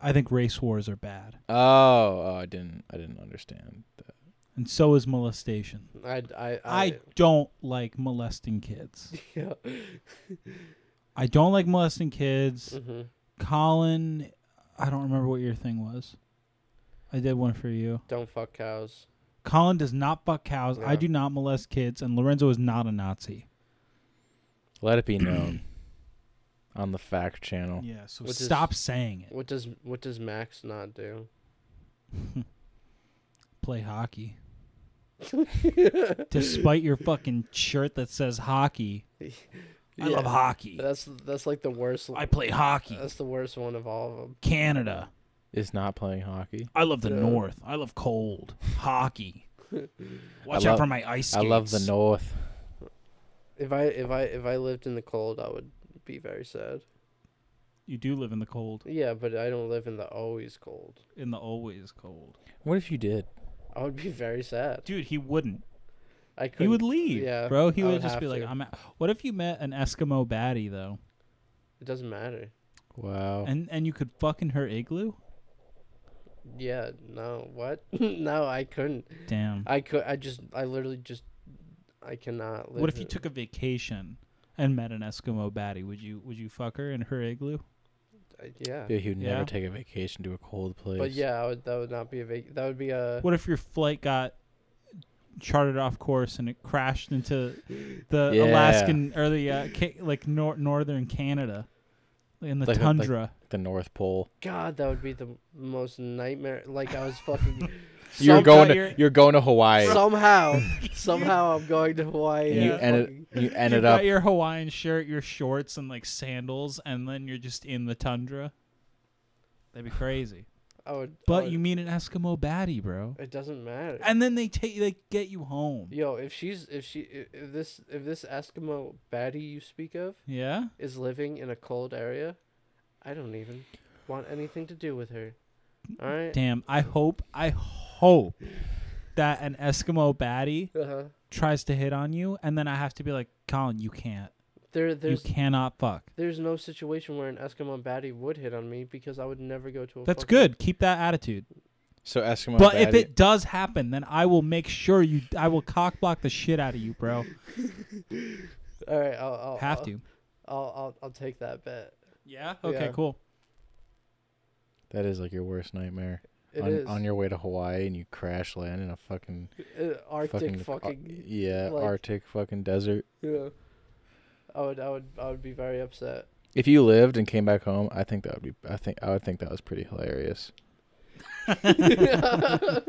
Speaker 4: I think race wars are bad,
Speaker 2: Oh, oh, I didn't. I didn't understand. That.
Speaker 4: and so is molestation.
Speaker 3: I I
Speaker 4: I,
Speaker 3: I,
Speaker 4: don't like molesting kids.
Speaker 3: yeah.
Speaker 4: I don't like molesting kids.
Speaker 3: Mhm.
Speaker 4: Colin, I don't remember what your thing was. I did one for you.
Speaker 3: Don't fuck cows.
Speaker 4: Colin does not fuck cows. I
Speaker 3: Yeah.
Speaker 4: do not molest kids, and Lorenzo is not a Nazi.
Speaker 2: Let it be known on the fact channel.
Speaker 4: Yeah, so
Speaker 3: Which is-
Speaker 4: stop saying it.
Speaker 3: What does what does Max not do?
Speaker 4: Play hockey. Despite your fucking shirt that says hockey, I love
Speaker 3: Yeah.
Speaker 4: hockey.
Speaker 3: That's that's like the worst.
Speaker 4: I play hockey.
Speaker 3: That's the worst one of all of them.
Speaker 4: Canada.
Speaker 2: Is not playing hockey.
Speaker 4: I love the
Speaker 3: Yeah.
Speaker 4: North. I love cold hockey. Watch
Speaker 2: I
Speaker 4: out
Speaker 2: love-
Speaker 4: for my ice
Speaker 2: I
Speaker 4: skates.
Speaker 2: love the North.
Speaker 3: If I if I if I lived in the cold, I would be very sad.
Speaker 4: You do live in the cold,
Speaker 3: Yeah, but I don't live in the always cold.
Speaker 4: in the always cold.
Speaker 2: What if you did?
Speaker 3: I would be very sad.
Speaker 4: Dude, he wouldn't.
Speaker 3: I
Speaker 4: He
Speaker 3: could.
Speaker 4: would leave,
Speaker 3: yeah,
Speaker 4: bro. He
Speaker 3: I
Speaker 4: would,
Speaker 3: would
Speaker 4: just
Speaker 3: have
Speaker 4: be like,
Speaker 3: to.
Speaker 4: "I'm." Out. What if you met an Eskimo baddie though,
Speaker 3: It doesn't matter.
Speaker 2: Wow.
Speaker 4: and and you could fucking her igloo?
Speaker 3: Yeah. No. What? no, I couldn't.
Speaker 4: Damn.
Speaker 3: I could. I just. I literally just. I cannot live.
Speaker 4: What if you
Speaker 3: in-
Speaker 4: took a vacation and met an Eskimo baddie? Would you would you fuck her in her igloo?
Speaker 3: I- Yeah.
Speaker 2: Dude, he would
Speaker 4: Yeah.
Speaker 2: never take a vacation to a cold place.
Speaker 3: But yeah, I would, that would not be a. Vac- that would be a.
Speaker 4: What if your flight got charted off course and it crashed into the
Speaker 2: Yeah.
Speaker 4: Alaskan or the uh, ca- like nor- northern Canada in the
Speaker 2: Like a- like-
Speaker 4: tundra?
Speaker 2: The North Pole.
Speaker 3: God, that would be the most nightmare. Like I was fucking.
Speaker 2: You're
Speaker 3: Some-
Speaker 2: going
Speaker 4: you're-
Speaker 2: to you're going to Hawaii.
Speaker 3: Somehow, somehow I'm going to Hawaii.
Speaker 2: and
Speaker 3: and
Speaker 2: you
Speaker 4: Yeah.
Speaker 3: I'm
Speaker 2: ended
Speaker 3: fucking-
Speaker 2: you
Speaker 4: You
Speaker 2: ended
Speaker 4: got
Speaker 2: up
Speaker 4: your Hawaiian shirt, your shorts, and like sandals, and then you're just in the tundra. That'd be crazy.
Speaker 2: Oh,
Speaker 3: I would. I
Speaker 4: But
Speaker 3: would-
Speaker 4: you meet an Eskimo baddie, bro,
Speaker 3: It doesn't matter.
Speaker 4: and then they take they get you home.
Speaker 3: Yo, if she's if she i- if this if this Eskimo baddie you speak of
Speaker 4: Yeah.
Speaker 3: is living in a cold area, I don't even want anything to do with her. All right.
Speaker 4: Damn. I hope. I hope that an Eskimo baddie
Speaker 3: Uh huh.
Speaker 4: tries to hit on you, and then I have to be like, Colin, you can't.
Speaker 3: There there's
Speaker 4: you cannot fuck.
Speaker 3: there's no situation where an Eskimo baddie would hit on me because I would never go to a.
Speaker 4: That's
Speaker 3: fucking-
Speaker 4: good. Keep that attitude.
Speaker 2: so Eskimo.
Speaker 4: but if
Speaker 2: baddie-
Speaker 4: it does happen, then I will make sure you. I will cock block the shit out of you, bro.
Speaker 3: All right. I'll, I'll
Speaker 4: Have
Speaker 3: I'll-
Speaker 4: to.
Speaker 3: I'll I'll, I'll take that bet.
Speaker 4: Yeah. Okay.
Speaker 3: Oh, uh, Yeah.
Speaker 4: Cool.
Speaker 2: that is like your worst nightmare.
Speaker 3: It
Speaker 2: on,
Speaker 3: is
Speaker 2: on your way to Hawaii and you crash land in a fucking
Speaker 3: uh, Arctic
Speaker 2: fucking, ar-
Speaker 3: fucking.
Speaker 2: yeah
Speaker 3: like-
Speaker 2: Arctic fucking desert.
Speaker 3: yeah. I would I would I would be very upset.
Speaker 2: If you lived and came back home, I think that would be. I think I would think that was pretty hilarious. I'd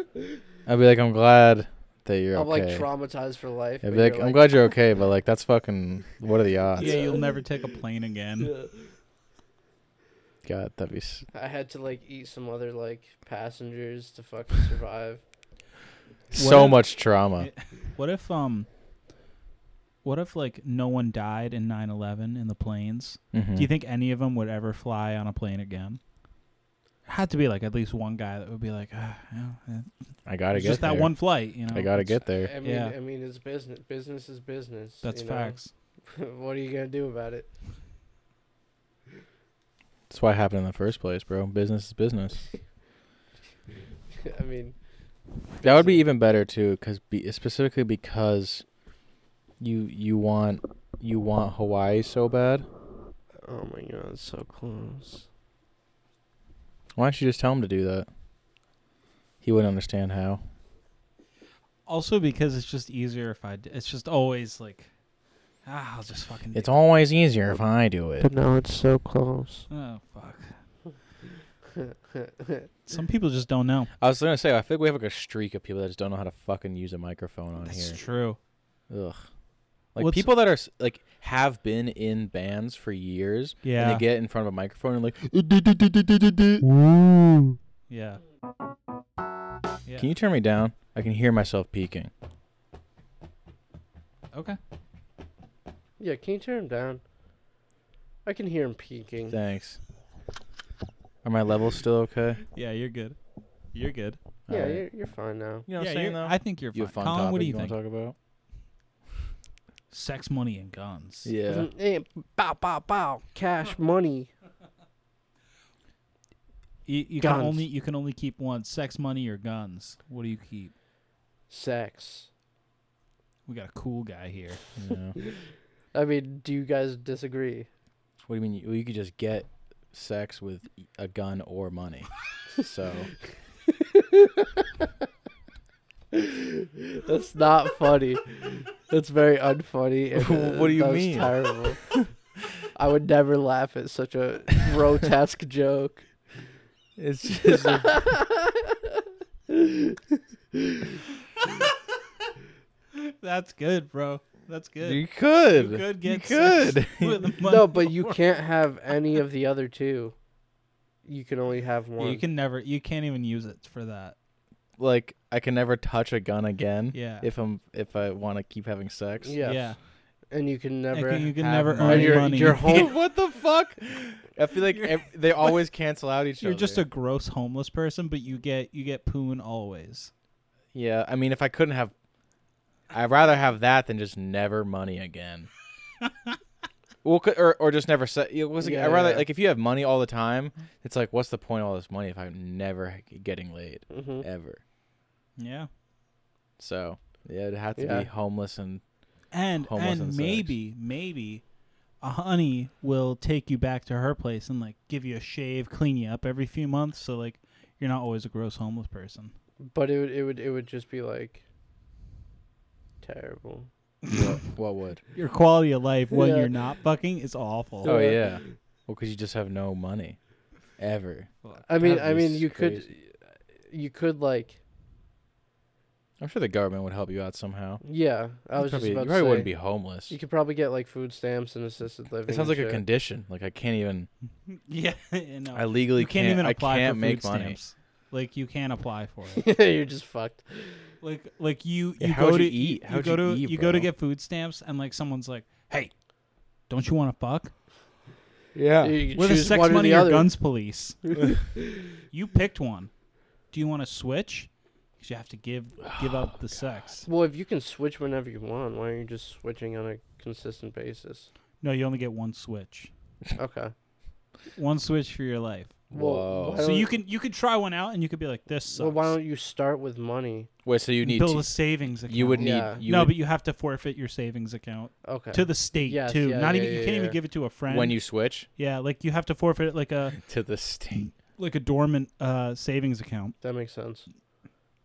Speaker 2: be like, I'm glad that you're
Speaker 3: I'm
Speaker 2: okay.
Speaker 3: like traumatized for life.
Speaker 2: I'd
Speaker 3: but
Speaker 2: be like,
Speaker 3: you're
Speaker 2: I'm glad you're okay, but like that's fucking. What are the odds?
Speaker 4: Yeah. You'll never take a plane again.
Speaker 3: Yeah.
Speaker 2: God, that'd be. s-
Speaker 3: I had to like eat some other like passengers to fucking survive.
Speaker 2: So
Speaker 4: if-
Speaker 2: much trauma.
Speaker 4: What if um. What if like no one died in 9/11 in the planes?
Speaker 2: Mhm.
Speaker 4: Do you think any of them would ever fly on a plane again? Had to be like at least one guy that would be like, ah, yeah, eh,
Speaker 2: I gotta
Speaker 4: it's
Speaker 2: get
Speaker 4: just that
Speaker 2: there.
Speaker 4: one flight, you know.
Speaker 2: I gotta
Speaker 4: it's-
Speaker 2: get there.
Speaker 3: I mean,
Speaker 4: Yeah.
Speaker 3: I mean, it's business. Business is business.
Speaker 4: That's
Speaker 3: you know?
Speaker 4: facts.
Speaker 3: what are you gonna do about it?
Speaker 2: That's why it happened in the first place, bro. Business is business.
Speaker 3: I mean,
Speaker 2: That would be even better too, cause be, specifically because you you want you want Hawaii so bad.
Speaker 3: oh my god, so close.
Speaker 2: Why don't you just tell him to do that? He wouldn't understand how.
Speaker 4: Also because it's just easier if I. d- It's just always like, ah, I'll just fucking.
Speaker 2: It's
Speaker 4: do
Speaker 2: always easier if I do it.
Speaker 3: now it's so close.
Speaker 4: it. Oh fuck. Some people just don't know.
Speaker 2: I was gonna say I feel like we have like a streak of people that just don't know how to fucking use a microphone on
Speaker 4: That's
Speaker 2: here.
Speaker 4: true.
Speaker 2: Ugh. Like
Speaker 4: What's-
Speaker 2: people that are s- like have been in bands for years and
Speaker 4: Yeah.
Speaker 2: they get in front of a microphone and like,
Speaker 1: Ooh.
Speaker 4: Yeah. Yeah.
Speaker 2: can you turn me down? I can hear myself peeking.
Speaker 4: okay.
Speaker 3: Yeah, can you turn him down? I can hear him peeking.
Speaker 2: Thanks. Are my levels still okay?
Speaker 4: Yeah, you're good. You're good.
Speaker 3: yeah,
Speaker 2: Alright.
Speaker 3: you're, you're fine now.
Speaker 2: You know what
Speaker 4: yeah,
Speaker 2: I'm saying
Speaker 4: you're-
Speaker 2: though?
Speaker 4: I think you're
Speaker 2: you
Speaker 4: fine.
Speaker 2: have fun
Speaker 4: Colin,
Speaker 2: topic
Speaker 4: what do you
Speaker 2: you wanna
Speaker 4: think?
Speaker 2: talk about?
Speaker 4: Sex, money, and guns.
Speaker 2: Yeah.
Speaker 3: Eh, bow, bow, bow. Cash money.
Speaker 4: You, you can
Speaker 3: Guns.
Speaker 4: only you can only keep one: sex, money, or guns. What do you keep?
Speaker 3: Sex.
Speaker 4: We got a cool guy here.
Speaker 2: No. What
Speaker 3: I mean, do you guys disagree?
Speaker 2: do you mean? You, well, you could just get sex with e, a gun or money. so
Speaker 3: That's not funny. That's very unfunny. and, uh,
Speaker 2: What do you
Speaker 3: that was
Speaker 2: mean?
Speaker 3: Terrible. I would never laugh at such a grotesque joke.
Speaker 2: it's just
Speaker 4: That's good, bro. That's good.
Speaker 2: you could.
Speaker 4: You could
Speaker 2: You
Speaker 4: get sex
Speaker 2: could.
Speaker 4: with a
Speaker 3: No, but you
Speaker 4: money
Speaker 3: can't have any of the other two. You can only have one.
Speaker 4: You can never. You can't even use it for that.
Speaker 2: like I can never touch a gun again
Speaker 4: Yeah.
Speaker 2: if I'm if I want to keep having sex.
Speaker 3: Yes.
Speaker 4: Yeah.
Speaker 3: And you can never.
Speaker 4: can- you can
Speaker 3: have
Speaker 4: never
Speaker 3: money.
Speaker 4: earn
Speaker 3: And your,
Speaker 4: money.
Speaker 3: Your whole.
Speaker 2: what the fuck? I feel like
Speaker 4: You're-
Speaker 2: ev- they always cancel out each
Speaker 4: You're
Speaker 2: other.
Speaker 4: just a gross homeless person, but you get you get poon always.
Speaker 2: yeah. I mean, if I couldn't have, I'd rather have that than just never money again. well, c- or or just never set. Yeah, what's it-
Speaker 3: Yeah,
Speaker 2: I'd rather
Speaker 3: yeah.
Speaker 2: like if you have money all the time,
Speaker 4: Mm-hmm.
Speaker 2: it's like what's the point of all this money if I'm never getting laid
Speaker 3: Mhm.
Speaker 2: ever?
Speaker 4: Yeah.
Speaker 2: So yeah, it'd have to
Speaker 3: Yeah.
Speaker 2: be homeless and
Speaker 4: And
Speaker 2: Homeless and
Speaker 4: and
Speaker 2: sex.
Speaker 4: maybe maybe a honey will take you back to her place and like give you a shave, clean you up every few months, so like you're not always a gross homeless person.
Speaker 3: But it would. It would. It would just be like. Terrible.
Speaker 2: what, what would?
Speaker 4: Your quality of life when
Speaker 3: Yeah.
Speaker 4: you're not fucking is awful.
Speaker 2: Oh
Speaker 3: Yeah.
Speaker 2: yeah. Well, because you just have no money, ever.
Speaker 3: I mean.
Speaker 2: That'd
Speaker 3: I
Speaker 2: be
Speaker 3: mean. You could.
Speaker 2: crazy.
Speaker 3: You could like.
Speaker 2: I'm sure the government would help you out somehow.
Speaker 3: Yeah. I
Speaker 2: You probably,
Speaker 3: was just about
Speaker 2: you
Speaker 3: to
Speaker 2: probably
Speaker 3: say.
Speaker 2: wouldn't be homeless.
Speaker 3: You could probably get like food stamps and assisted living.
Speaker 2: It sounds
Speaker 3: and
Speaker 2: like a
Speaker 3: shit.
Speaker 2: condition. Like I can't even.
Speaker 4: yeah. no.
Speaker 2: I legally
Speaker 4: you can't, even apply
Speaker 2: I can't
Speaker 4: for
Speaker 2: make
Speaker 4: food
Speaker 2: money.
Speaker 4: stamps. Like you can't apply for it.
Speaker 3: You're just fucked.
Speaker 4: like like you
Speaker 2: Yeah,
Speaker 4: you
Speaker 2: how
Speaker 4: go
Speaker 2: would
Speaker 4: to
Speaker 2: you eat? How
Speaker 4: you
Speaker 2: would
Speaker 4: go
Speaker 2: you
Speaker 4: to
Speaker 2: eat,
Speaker 4: you go to
Speaker 2: bro?
Speaker 4: get food stamps and like someone's like, "Hey, don't you want to fuck?"
Speaker 2: Yeah.
Speaker 3: You could
Speaker 4: We're the
Speaker 3: choose
Speaker 4: sex
Speaker 3: one or
Speaker 4: money
Speaker 3: the
Speaker 4: or
Speaker 3: other.
Speaker 4: guns police. you picked one. Do you want to switch? Because you have to give give up
Speaker 2: Oh,
Speaker 4: the sex.
Speaker 3: Well, if you can switch whenever you want, why aren't you just switching on a consistent basis?
Speaker 4: No, you only get one switch.
Speaker 3: Okay.
Speaker 4: One switch for your life.
Speaker 3: Well,
Speaker 2: Whoa.
Speaker 3: why
Speaker 4: So
Speaker 3: don't-
Speaker 4: you can you can try one out and you could be like, "This sucks."
Speaker 3: Well, why don't you start with money?
Speaker 2: Wait. So you need.
Speaker 4: build a
Speaker 2: to-
Speaker 4: savings account?
Speaker 2: you would need.
Speaker 3: Yeah.
Speaker 2: You
Speaker 4: no,
Speaker 2: would,
Speaker 4: but you have to forfeit your savings account
Speaker 3: Okay.
Speaker 4: to the state
Speaker 3: Yes,
Speaker 4: too.
Speaker 3: yeah,
Speaker 4: Not
Speaker 3: yeah,
Speaker 4: even you
Speaker 3: yeah,
Speaker 4: can't even
Speaker 3: yeah.
Speaker 4: give it to a friend.
Speaker 2: when you switch
Speaker 4: yeah, like you have to forfeit like a
Speaker 2: to the state.
Speaker 4: like a dormant uh, savings account.
Speaker 3: that makes sense.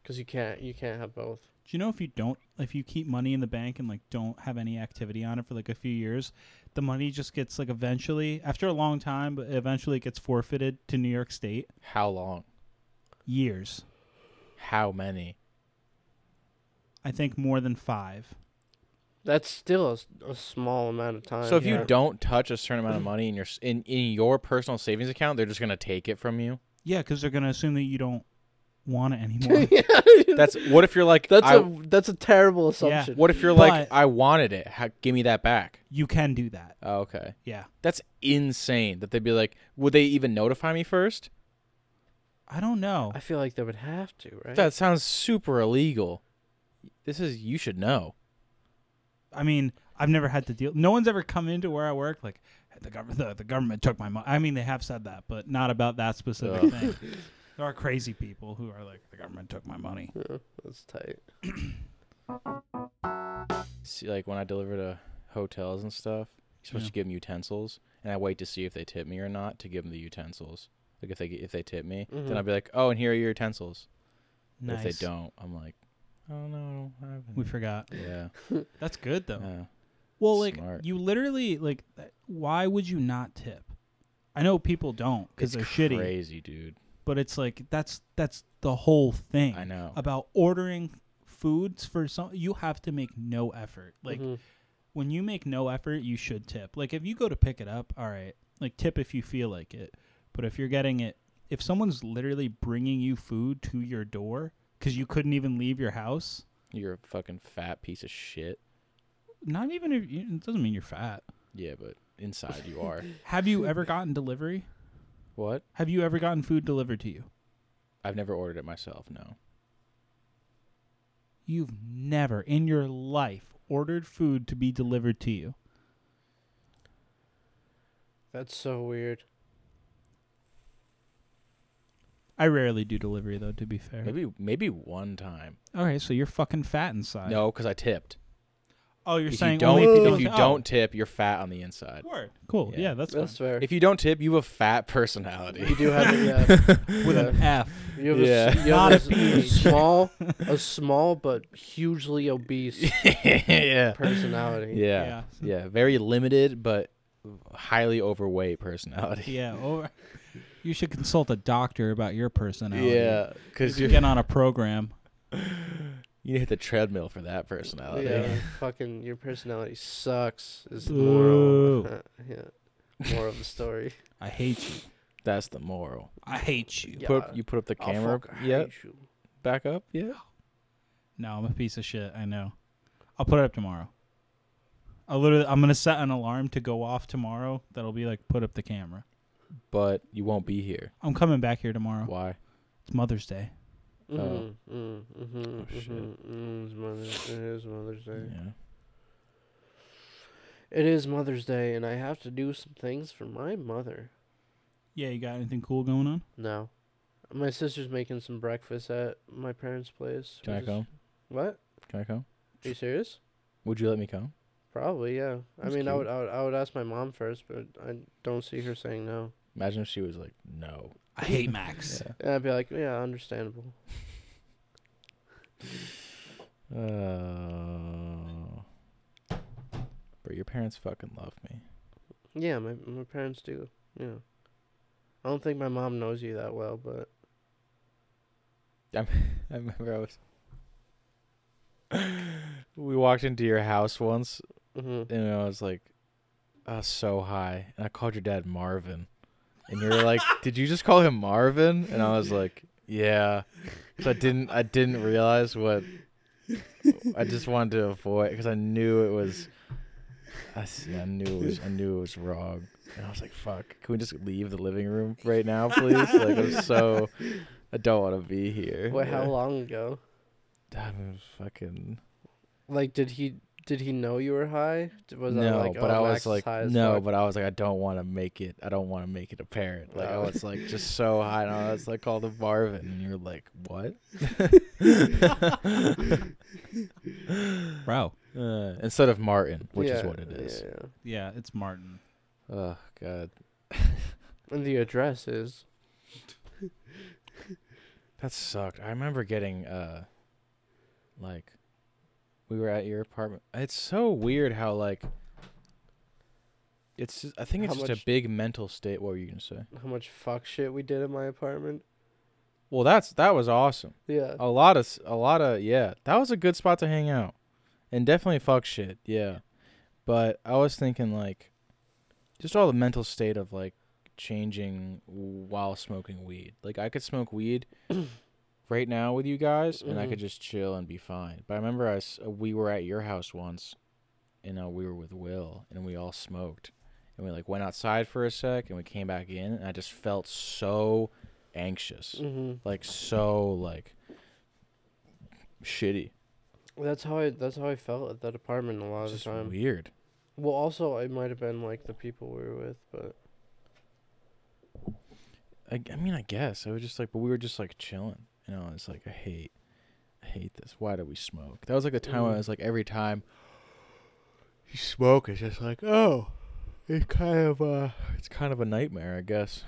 Speaker 3: Because you can't you can't have both.
Speaker 4: Do you know if you don't, if you keep money in the bank and like don't have any activity on it for like a few years, the money just gets like eventually, after a long time, but eventually it gets forfeited to New York State.
Speaker 2: How long?
Speaker 4: Years,
Speaker 2: How many?
Speaker 4: I think more than five.
Speaker 3: That's still a s- a, small amount of time.
Speaker 2: So if
Speaker 3: Uh, yeah.
Speaker 2: you don't touch a certain amount of money in your s- in in your personal savings account, they're just gonna take it from you.
Speaker 4: Yeah, because they're gonna assume that you don't want it anymore.
Speaker 2: That's what if you're like
Speaker 3: that's
Speaker 2: I-
Speaker 3: a that's a terrible assumption.
Speaker 2: What if you're like
Speaker 4: But-
Speaker 2: I wanted it? How, give me that back.
Speaker 4: you can do that.
Speaker 2: Oh, okay.
Speaker 4: Yeah,
Speaker 2: That's insane that they'd be like, would they even notify me first?
Speaker 4: I don't know.
Speaker 3: I feel like they would have to, right?
Speaker 2: That sounds super illegal. This is, you should know.
Speaker 4: I mean, I've never had to deal. No one's ever come into where I work like the government. The, the government took my money. I mean, they have said that, but not about that specific
Speaker 2: Ugh.
Speaker 4: thing. There are crazy people who are like, the government took my money.
Speaker 3: Yeah, that's tight.
Speaker 2: See, like when I deliver to hotels and stuff, you're supposed
Speaker 4: Yeah.
Speaker 2: to give them utensils, and I wait to see if they tip me or not to give them the utensils. Like if they if they tip me,
Speaker 3: Mhm.
Speaker 2: then I'll be like, oh, and here are your utensils. But
Speaker 4: Mm-hmm. Nice.
Speaker 2: If they don't, I'm like, oh no, I don't have
Speaker 4: We
Speaker 2: any."
Speaker 4: forgot.
Speaker 2: yeah.
Speaker 4: That's good though.
Speaker 2: yeah.
Speaker 4: well, like
Speaker 2: smart.
Speaker 4: you literally like, th- why would you not tip? I know people don't because
Speaker 2: It's
Speaker 4: they're shitty,
Speaker 2: crazy, dude.
Speaker 4: but it's like that's that's the whole thing.
Speaker 2: I know.
Speaker 4: about ordering foods for some. You have to make no effort. Like
Speaker 3: Mhm.
Speaker 4: when you make no effort, you should tip. Like if you go to pick it up, all right, like tip if you feel like it. But if you're getting it, if someone's literally bringing you food to your door because you couldn't even leave your house,
Speaker 2: You're a fucking fat piece of shit.
Speaker 4: not even if you, it doesn't mean you're fat.
Speaker 2: Yeah, but inside you are.
Speaker 4: Have you ever gotten delivery?
Speaker 2: what?
Speaker 4: Have you ever gotten food delivered to you?
Speaker 2: I've never ordered it myself. No.
Speaker 4: You've never in your life ordered food to be delivered to you.
Speaker 3: That's so weird.
Speaker 4: I rarely do delivery though, to be fair.
Speaker 2: Maybe maybe one time.
Speaker 4: All right, so you're fucking fat inside.
Speaker 2: No, because I tipped.
Speaker 4: Oh, you're
Speaker 2: if
Speaker 4: saying
Speaker 2: you don't,
Speaker 4: only if you
Speaker 2: if
Speaker 4: don't,
Speaker 2: you
Speaker 4: oh,
Speaker 2: don't tip, you're fat on the inside.
Speaker 4: Word. Cool.
Speaker 2: Yeah.
Speaker 4: Yeah, that's,
Speaker 3: That's
Speaker 4: fine.
Speaker 3: fair.
Speaker 2: If you don't tip, you have a fat personality.
Speaker 3: You do have yeah.
Speaker 4: with
Speaker 3: yeah.
Speaker 4: an F.
Speaker 3: You have, a, s-
Speaker 2: Yeah.
Speaker 3: you have
Speaker 4: Not
Speaker 3: a
Speaker 4: a
Speaker 3: s- a
Speaker 4: peach.
Speaker 3: small, a small but hugely obese
Speaker 2: yeah.
Speaker 3: personality.
Speaker 2: Yeah.
Speaker 4: Yeah.
Speaker 2: Yeah. Very limited but highly overweight personality.
Speaker 4: Yeah. Or you should consult a doctor about your personality.
Speaker 2: Yeah.
Speaker 4: You
Speaker 2: Because
Speaker 4: should
Speaker 2: you
Speaker 4: get on a program.
Speaker 2: you hit the treadmill for that personality.
Speaker 3: Yeah, fucking your personality sucks. Is the moral? yeah, moral of the story.
Speaker 4: I hate you.
Speaker 2: That's the moral.
Speaker 4: I hate you.
Speaker 2: You put up, you put up the
Speaker 3: I'll
Speaker 2: camera.
Speaker 3: fuck- I
Speaker 2: Yeah.
Speaker 3: hate you.
Speaker 2: Back up. Yeah.
Speaker 4: No, I'm a piece of shit. I know. I'll put it up tomorrow. I literally, I'm gonna set an alarm to go off tomorrow. That'll be like put up the camera.
Speaker 2: But you won't be here.
Speaker 4: I'm coming back here tomorrow.
Speaker 2: Why?
Speaker 4: It's Mother's Day.
Speaker 2: Oh.
Speaker 3: Mm, mm, mhm,
Speaker 2: Oh, shit.
Speaker 3: mhm, mm, it's Mother's- It is Mother's
Speaker 2: Yeah.
Speaker 3: Day. It is Mother's Day, and I have to do some things for my mother.
Speaker 4: Yeah, you got anything cool going on?
Speaker 3: No, my sister's making some breakfast at my parents' place.
Speaker 2: Can I
Speaker 3: which is-
Speaker 2: come?
Speaker 3: What?
Speaker 2: Can I come?
Speaker 3: Are you serious?
Speaker 2: Would you let me come?
Speaker 3: Probably, yeah.
Speaker 2: That's
Speaker 3: I mean, I
Speaker 2: cute.
Speaker 3: would, I would, I would ask my mom first, but I don't see her saying no.
Speaker 2: Imagine if she was like, no.
Speaker 4: I hate Max.
Speaker 3: And I'd be like, yeah, understandable.
Speaker 2: Uh, but your parents fucking love me.
Speaker 3: Yeah, my my parents do. Yeah. I don't think my mom knows you that well, but
Speaker 2: I remember I was. we walked into your house once,
Speaker 3: mhm.
Speaker 2: and I was like, "Oh, so high," and I called your dad Marvin, and you were like, "Did you just call him Marvin?" And I was like, "Yeah," because I didn't, I didn't realize what. I just wanted to avoid because I knew it was. I, s- I knew it was. I knew it was wrong, and I was like, "Fuck! Can we just leave the living room right now, please?" like I'm so. I don't want to be here.
Speaker 3: wait, how
Speaker 2: Yeah.
Speaker 3: long ago?
Speaker 2: I was fucking
Speaker 3: Like, did he did he know you were high? D- Was I
Speaker 2: no,
Speaker 3: like,
Speaker 2: but
Speaker 3: oh,
Speaker 2: I
Speaker 3: Max
Speaker 2: was
Speaker 3: is
Speaker 2: like
Speaker 3: high as
Speaker 2: no,
Speaker 3: fuck?
Speaker 2: but I was like I don't want to make it. I don't want to make it apparent. Like I
Speaker 3: Oh.
Speaker 2: was like just so high, and I was like called the Marvin, and you're like what?
Speaker 4: Bro.
Speaker 2: Uh, instead of Martin, which is
Speaker 3: Yeah,
Speaker 2: what it is.
Speaker 3: Yeah, yeah.
Speaker 4: Yeah, it's Martin.
Speaker 2: Oh god,
Speaker 3: And the address is
Speaker 2: that sucked. I remember getting uh, like, we were at your apartment. It's so weird how like. It's. Just, I think it's
Speaker 3: How
Speaker 2: just
Speaker 3: much-
Speaker 2: a big mental state. What were you gonna say?
Speaker 3: how much fuck shit we did at my apartment.
Speaker 2: Well, that's that was awesome.
Speaker 3: Yeah.
Speaker 2: A lot of s- a lot of yeah. That was a good spot to hang out, and definitely fuck shit. Yeah, but I was thinking like, just all the mental state of like changing while smoking weed. Like I could smoke weed right now with you guys, and I
Speaker 3: Mhm.
Speaker 2: could just chill and be fine. But I remember I s- we were at your house once, and uh, we were with Will, and we all smoked, and we like went outside for a sec, and we came back in, and I just felt so anxious
Speaker 3: hmm
Speaker 2: like so like shitty.
Speaker 3: That's how I. That's how I felt at that apartment a lot
Speaker 2: It's
Speaker 3: of
Speaker 2: just
Speaker 3: the time.
Speaker 2: weird.
Speaker 3: Well, also it might have been like the people we were with, but
Speaker 2: I, I mean, I guess I was just like, but we were just like chilling, you know. It's like I hate, I hate this. Why do we smoke? That was like the time when I
Speaker 3: Mhm.
Speaker 2: was like, every time you smoke, it's just like, oh, it's kind of uh, it's kind of a nightmare, I guess.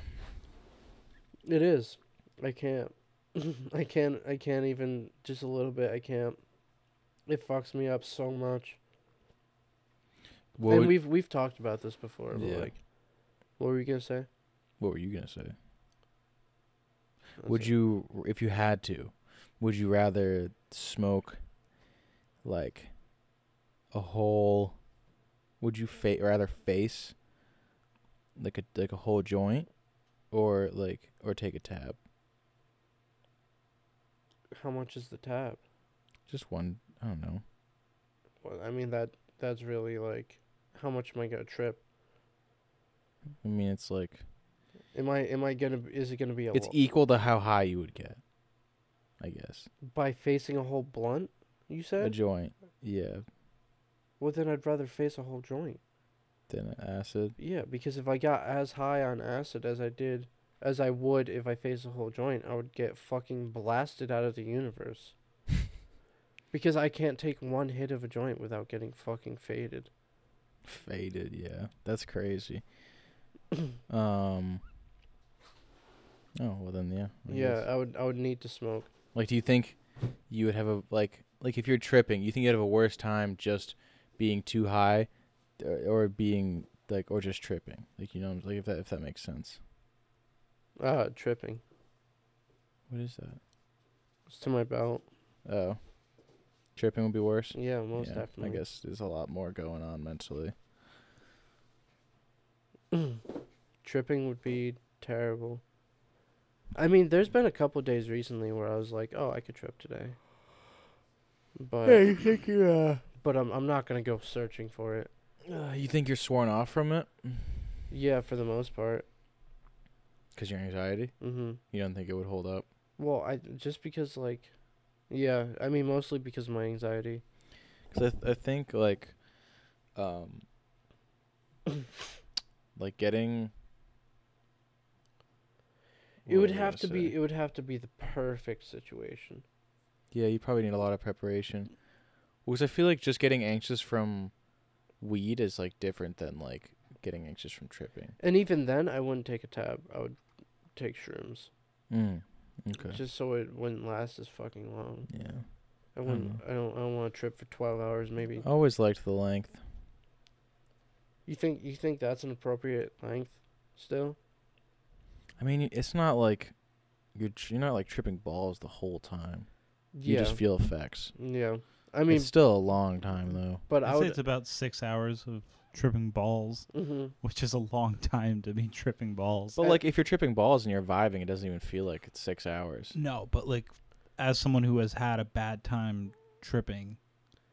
Speaker 3: it is. I can't. I can't. I can't even just a little bit. I can't. It fucks me up so much.
Speaker 2: What,
Speaker 3: and
Speaker 2: would-
Speaker 3: we've we've talked about this before. But
Speaker 2: Yeah.
Speaker 3: Like, what were you gonna say?
Speaker 2: what were you gonna say?
Speaker 3: That's
Speaker 2: Would
Speaker 3: it.
Speaker 2: you, if you had to, would you rather smoke like a whole? Would you fa- rather face like a like a whole joint, or like or take a tab?
Speaker 3: How much is the tab?
Speaker 2: Just one. I don't know.
Speaker 3: Well, I mean that that's really like, how much am I gonna trip?
Speaker 2: I mean, it's like
Speaker 3: Am I am I gonna is it gonna be a
Speaker 2: it's e
Speaker 3: lo-
Speaker 2: equal to how high you would get, I guess.
Speaker 3: by facing a whole blunt? You
Speaker 2: A
Speaker 3: said.
Speaker 2: joint, yeah.
Speaker 3: well, then I'd rather face a whole joint.
Speaker 2: Then acid.
Speaker 3: Yeah, because if I got as high on acid as I did, as I would if I faced a whole joint, I would get fucking blasted out of the universe. Because I can't take one hit of a joint without getting fucking faded.
Speaker 2: Faded, yeah. That's crazy. um. Oh well, then yeah. I
Speaker 3: yeah, uh
Speaker 2: guess.
Speaker 3: I would I would need to smoke.
Speaker 2: Like, do you think you would have a like like if you're tripping, you think you'd have a worse time just being too high, or, or being like or just tripping? Like you know, like if that if that makes sense.
Speaker 3: Uh tripping.
Speaker 2: What is that?
Speaker 3: It's to my belt.
Speaker 2: Oh, tripping would be worse.
Speaker 3: Yeah, Mm, most
Speaker 2: Yeah,
Speaker 3: definitely.
Speaker 2: I guess there's a lot more going on mentally. Mm.
Speaker 3: tripping would be terrible. I mean, there's been a couple days recently where I was like, "Oh, I could trip today," but
Speaker 2: you think you're uh,
Speaker 3: but I'm I'm not gonna go searching for it.
Speaker 2: you think you're sworn off from it
Speaker 3: Yeah, for the most part.
Speaker 2: because your anxiety?
Speaker 3: hmm
Speaker 2: You don't think it would hold up?
Speaker 3: Well, I just because like, yeah, I mean mostly because of my anxiety.
Speaker 2: Because I, th- I think like, um, like getting.
Speaker 3: It
Speaker 2: what
Speaker 3: would
Speaker 2: was I
Speaker 3: have to
Speaker 2: gonna
Speaker 3: be
Speaker 2: say?
Speaker 3: it would have to be the perfect situation.
Speaker 2: Yeah, you probably need a lot of preparation. Because I feel like just getting anxious from weed is like different than like getting anxious from tripping.
Speaker 3: And even then, I wouldn't take a tab. I would take shrooms
Speaker 2: Mm. Okay.
Speaker 3: just so it wouldn't last as fucking long.
Speaker 2: yeah.
Speaker 3: I
Speaker 2: I
Speaker 3: wouldn't.
Speaker 2: know.
Speaker 3: I don't. I don't want to trip for twelve hours. Maybe
Speaker 2: I always liked the length.
Speaker 3: you think you think that's an appropriate length still.
Speaker 2: I mean, it's not like you're tr- you're not like tripping balls the whole time. You
Speaker 3: Yeah.
Speaker 2: just feel effects.
Speaker 3: yeah.
Speaker 2: I
Speaker 3: I mean,
Speaker 2: mean, it's still a long time though.
Speaker 3: but I
Speaker 4: I'd say it's
Speaker 3: would.
Speaker 4: about six hours of tripping balls,
Speaker 3: hmm
Speaker 4: which is a long time to be tripping balls.
Speaker 2: But
Speaker 3: I-
Speaker 2: like if you're tripping balls and you're vibing, it doesn't even feel like it's six hours.
Speaker 4: No, but like as someone who has had a bad time tripping,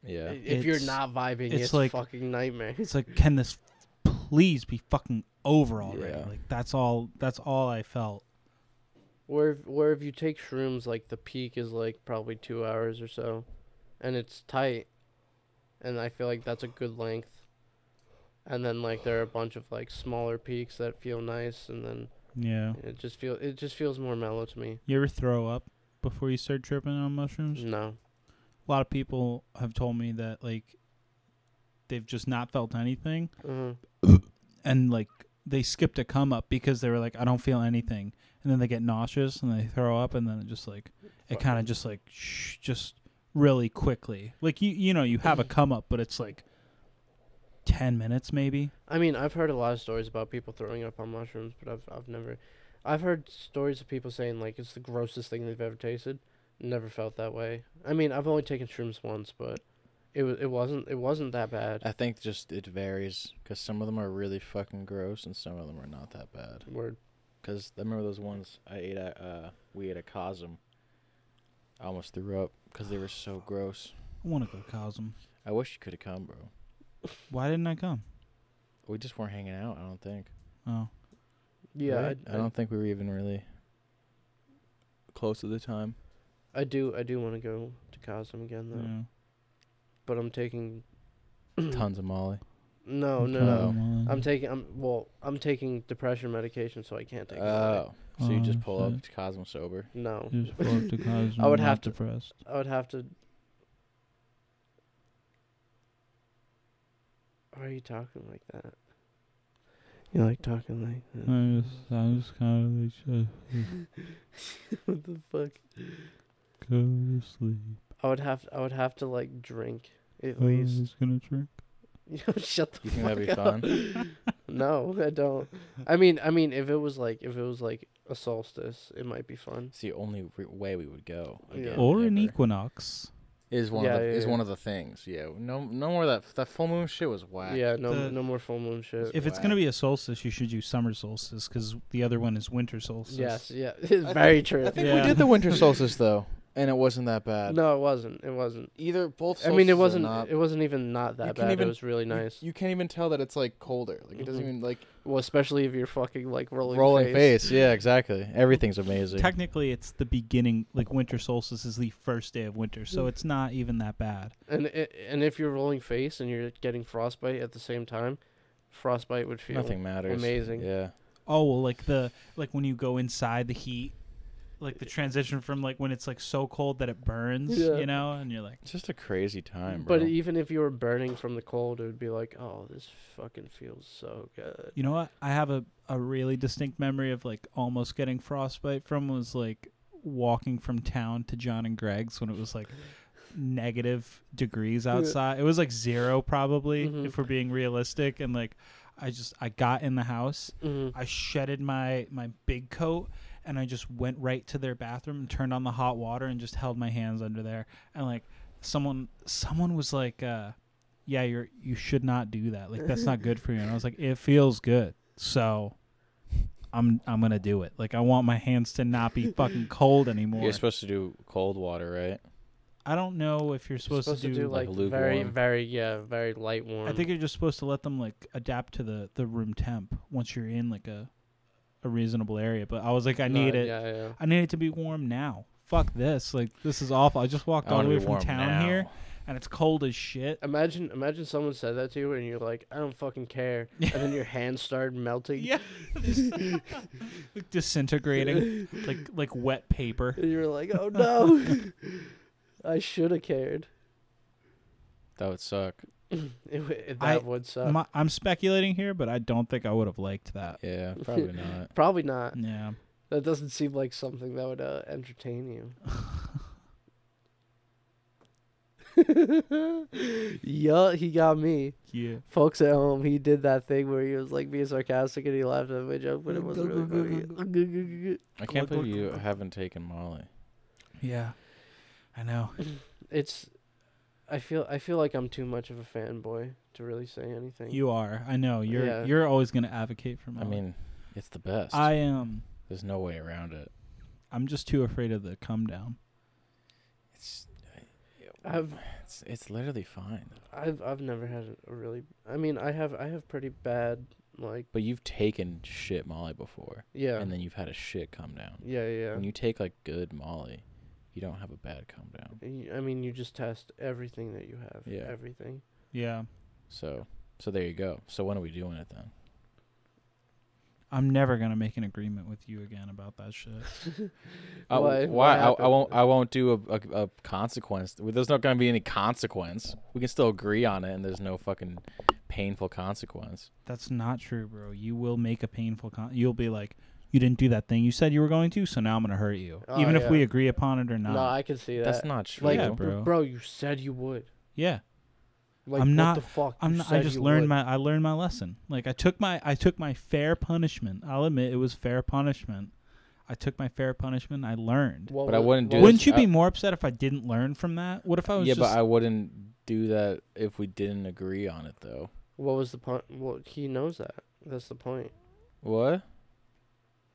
Speaker 2: Yeah.
Speaker 3: If you're
Speaker 4: It's-
Speaker 3: not vibing, it's,
Speaker 4: it's like-
Speaker 3: fucking nightmare.
Speaker 4: it's like can this please be fucking over already?
Speaker 2: Yeah.
Speaker 4: Like that's all that's all I felt.
Speaker 3: Where if- where if you take shrooms, like the peak is like probably two hours or so, and it's tight, and I feel like that's a good length. And then like there are a bunch of like smaller peaks that feel nice, and then
Speaker 4: Yeah.
Speaker 3: it just feel it just feels more mellow to me.
Speaker 4: You ever throw up before you start tripping on mushrooms?
Speaker 3: No,
Speaker 4: A lot of people have told me that like they've just not felt anything
Speaker 3: uh-huh.
Speaker 4: and like they skipped a come up because they were like, I don't feel anything. And then they get nauseous and they throw up and then it just like it kind of just like shh, just really quickly. Like you you know, you have a come up but it's like 10 minutes maybe.
Speaker 3: I mean, I've heard a lot of stories about people throwing up on mushrooms, but I've I've never, I've heard stories of people saying like it's the grossest thing they've ever tasted. Never felt that way. I mean, I've only taken shrooms once, but it was it wasn't it wasn't that bad.
Speaker 2: I think just it varies because some of them are really fucking gross and some of them are not that bad.
Speaker 3: Word.
Speaker 2: Because I remember those ones I ate at, uh, we ate at Cosm. I almost threw up because they were so gross.
Speaker 4: I want to go to Cosm.
Speaker 2: I wish you could have come, bro.
Speaker 4: Why didn't I come?
Speaker 2: We just weren't hanging out, I don't think.
Speaker 4: Oh,
Speaker 3: Yeah,
Speaker 2: Right?
Speaker 3: I,
Speaker 2: I don't think we were even really close at the time.
Speaker 3: I do I do want to go to Cosm again though,
Speaker 4: yeah.
Speaker 3: but I'm taking.
Speaker 2: Tons of Molly.
Speaker 3: No, no,
Speaker 2: Tons.
Speaker 3: no.
Speaker 4: no.
Speaker 3: I'm taking I'm well I'm taking depression medication, so I can't take.
Speaker 2: Oh.
Speaker 3: it away.
Speaker 2: so you just
Speaker 4: Oh,
Speaker 2: pull up
Speaker 4: shit.
Speaker 2: to Cosm sober.
Speaker 3: No,
Speaker 4: I
Speaker 3: would have to-
Speaker 4: depressed.
Speaker 3: I would have to. Why are you talking like that? You like talking like that?
Speaker 4: I'm just, I'm just kind of like,
Speaker 3: what the fuck?
Speaker 4: just go to sleep.
Speaker 3: I would have I would have to like drink at
Speaker 4: I'm
Speaker 3: least.
Speaker 4: just gonna drink.
Speaker 3: Yo, Shut the
Speaker 2: You think
Speaker 3: fuck
Speaker 2: that'd be
Speaker 3: up.
Speaker 2: fun?
Speaker 3: No, I don't. I mean, I mean, if it was like if it was like a solstice, it might be fun.
Speaker 2: It's the only re- way we would go.
Speaker 3: Yeah.
Speaker 2: Again,
Speaker 4: Or an
Speaker 2: ever.
Speaker 4: equinox.
Speaker 2: is one
Speaker 3: Yeah,
Speaker 2: of the,
Speaker 3: yeah,
Speaker 2: is
Speaker 3: yeah.
Speaker 2: one of the things. Yeah, no, no more of that that full moon shit was whack.
Speaker 3: Yeah, no,
Speaker 4: The-
Speaker 3: no more full moon shit.
Speaker 4: If it's
Speaker 2: Wow.
Speaker 4: gonna be a solstice, you should use summer solstice because the other one is winter solstice.
Speaker 3: yes, yeah, it's
Speaker 2: I
Speaker 3: very true.
Speaker 2: I think
Speaker 4: Yeah.
Speaker 2: we did the winter solstice though, and it wasn't that bad.
Speaker 3: No, it wasn't. It wasn't.
Speaker 2: Either both.
Speaker 3: I mean,
Speaker 2: solstices are
Speaker 3: it wasn't.
Speaker 2: Not,
Speaker 3: It wasn't even not that
Speaker 2: You can
Speaker 3: bad. it
Speaker 2: even-
Speaker 3: was really
Speaker 2: you-
Speaker 3: nice.
Speaker 2: You, can't even tell that it's like colder. Like it doesn't
Speaker 3: Mhm.
Speaker 2: even like
Speaker 3: Well, especially if you're fucking like rolling,
Speaker 2: rolling, face. Yeah, exactly. Everything's amazing.
Speaker 4: Technically, it's the beginning. Like winter solstice is the first day of winter, so it's not even that bad.
Speaker 3: and i and if you're rolling face and you're getting frostbite at the same time, frostbite would feel
Speaker 2: Nothing matters.
Speaker 3: amazing.
Speaker 2: Yeah.
Speaker 4: Oh well, like the like when you go inside the heat, like the transition from like when it's like so cold that it burns,
Speaker 3: Yeah.
Speaker 4: you know, and you're like,
Speaker 2: It's just a crazy time, bro.
Speaker 3: But even if you were burning from the cold, it would be like, oh, this fucking feels so good.
Speaker 4: you know what? I have a a really distinct memory of like almost getting frostbite from was like walking from town to John and Greg's when it was like negative degrees outside. It was like zero probably
Speaker 3: Mhm.
Speaker 4: if we're being realistic and like I just I got in the house
Speaker 3: Mm-hmm.
Speaker 4: I shedded my my big coat and I just went right to their bathroom and turned on the hot water and just held my hands under there and like someone someone was like uh yeah you're you should not do that like that's not good for you and I was like it feels good so I'm I'm going to do it like I want my hands to not be fucking cold anymore
Speaker 2: You're supposed to do cold water, right?
Speaker 4: I don't know if you're supposed, to do,
Speaker 2: like,
Speaker 3: like, very,
Speaker 2: lukewarm.
Speaker 3: very, yeah, very light warm.
Speaker 4: I think you're just supposed to let them like adapt to the the room temp once you're in like a a reasonable area but I was like I
Speaker 3: No,
Speaker 4: need it
Speaker 3: Yeah, yeah.
Speaker 4: I need it to be warm now. Fuck this. Like this is awful. I just walked
Speaker 2: I
Speaker 4: all
Speaker 2: wanna
Speaker 4: the way
Speaker 2: be
Speaker 4: from
Speaker 2: warm
Speaker 4: town
Speaker 2: now.
Speaker 4: here and it's cold as shit.
Speaker 3: Imagine, imagine someone said that to you, and you're like, I don't fucking care, and then your hands started melting.
Speaker 4: Yeah. like disintegrating. like like wet paper.
Speaker 3: And you're like, oh no, I should have cared.
Speaker 2: That would suck.
Speaker 3: It, w- it,
Speaker 4: I-
Speaker 3: that would
Speaker 2: uh,
Speaker 3: suck.
Speaker 4: My, I'm speculating here, but I don't think I would have liked that.
Speaker 2: Yeah, probably not.
Speaker 3: Probably not.
Speaker 4: Yeah.
Speaker 3: That doesn't seem like something that would uh, entertain you. yeah, he got me.
Speaker 4: Yeah.
Speaker 3: Folks at home, he did that thing where he was like being sarcastic and he laughed at my joke, but it wasn't really funny.
Speaker 2: I can't
Speaker 4: Glug,
Speaker 2: believe you
Speaker 4: glug, glug.
Speaker 2: haven't taken Molly.
Speaker 4: Yeah. I know.
Speaker 3: It's, I feel, I feel like I'm too much of a fanboy to really say anything.
Speaker 4: You are. I know. You're
Speaker 3: Yeah.
Speaker 4: you're always gonna advocate for me.
Speaker 2: I mean, it's the best.
Speaker 4: I am
Speaker 2: There's no way around it.
Speaker 4: I'm just too afraid of the come down.
Speaker 2: It's uh,
Speaker 3: I've,
Speaker 2: it's, it's literally fine.
Speaker 3: I've, I've never had a really. I mean, I have, I have pretty bad, like,
Speaker 2: But you've taken shit Molly before,
Speaker 3: yeah,
Speaker 2: and then you've had a shit come down.
Speaker 3: yeah, yeah.
Speaker 2: When you take like good Molly, you don't have a bad come down.
Speaker 3: Y- I mean, you just test everything that you have.
Speaker 2: Yeah.
Speaker 3: Everything.
Speaker 4: Yeah.
Speaker 2: So so there you go. So when are we doing it then?
Speaker 4: I'm never gonna make an agreement with you again about that shit.
Speaker 2: Uh,
Speaker 3: Why-
Speaker 2: why? I,
Speaker 3: why
Speaker 2: I
Speaker 3: happened?
Speaker 2: won't. I won't do a, a, a consequence. Well, There's not going to be any consequence. We can still agree on it, and there's no fucking painful consequence.
Speaker 4: That's not true, bro. You will make a painful con. You'll be like, you didn't do that thing you said you were going to, so now I'm gonna hurt you,
Speaker 3: Oh,
Speaker 4: even if
Speaker 3: yeah.
Speaker 4: we agree upon it or not.
Speaker 3: No, I can see that.
Speaker 2: That's not true.
Speaker 3: like,
Speaker 4: Yeah,
Speaker 3: bro.
Speaker 4: bro.
Speaker 3: you said you would.
Speaker 4: yeah,
Speaker 3: Like,
Speaker 4: I'm
Speaker 3: what
Speaker 4: not-
Speaker 3: the fuck?
Speaker 4: I'm.
Speaker 3: You
Speaker 4: Not, I
Speaker 3: said
Speaker 4: just
Speaker 3: you
Speaker 4: learned
Speaker 3: would.
Speaker 4: my. I learned my lesson. Like I took my. I took my fair punishment. I'll admit it was fair punishment. I took my fair punishment. I learned.
Speaker 3: What
Speaker 2: But I
Speaker 3: would-
Speaker 2: wouldn't
Speaker 3: what
Speaker 2: do
Speaker 3: would-
Speaker 4: Wouldn't
Speaker 2: this-
Speaker 4: you be
Speaker 2: I-
Speaker 4: more upset if I didn't learn from that? What if I was
Speaker 2: yeah,
Speaker 4: Oh, just?
Speaker 2: but I wouldn't do that if we didn't agree on it, though.
Speaker 3: What was the point? Well, he knows that. That's the point,
Speaker 2: What?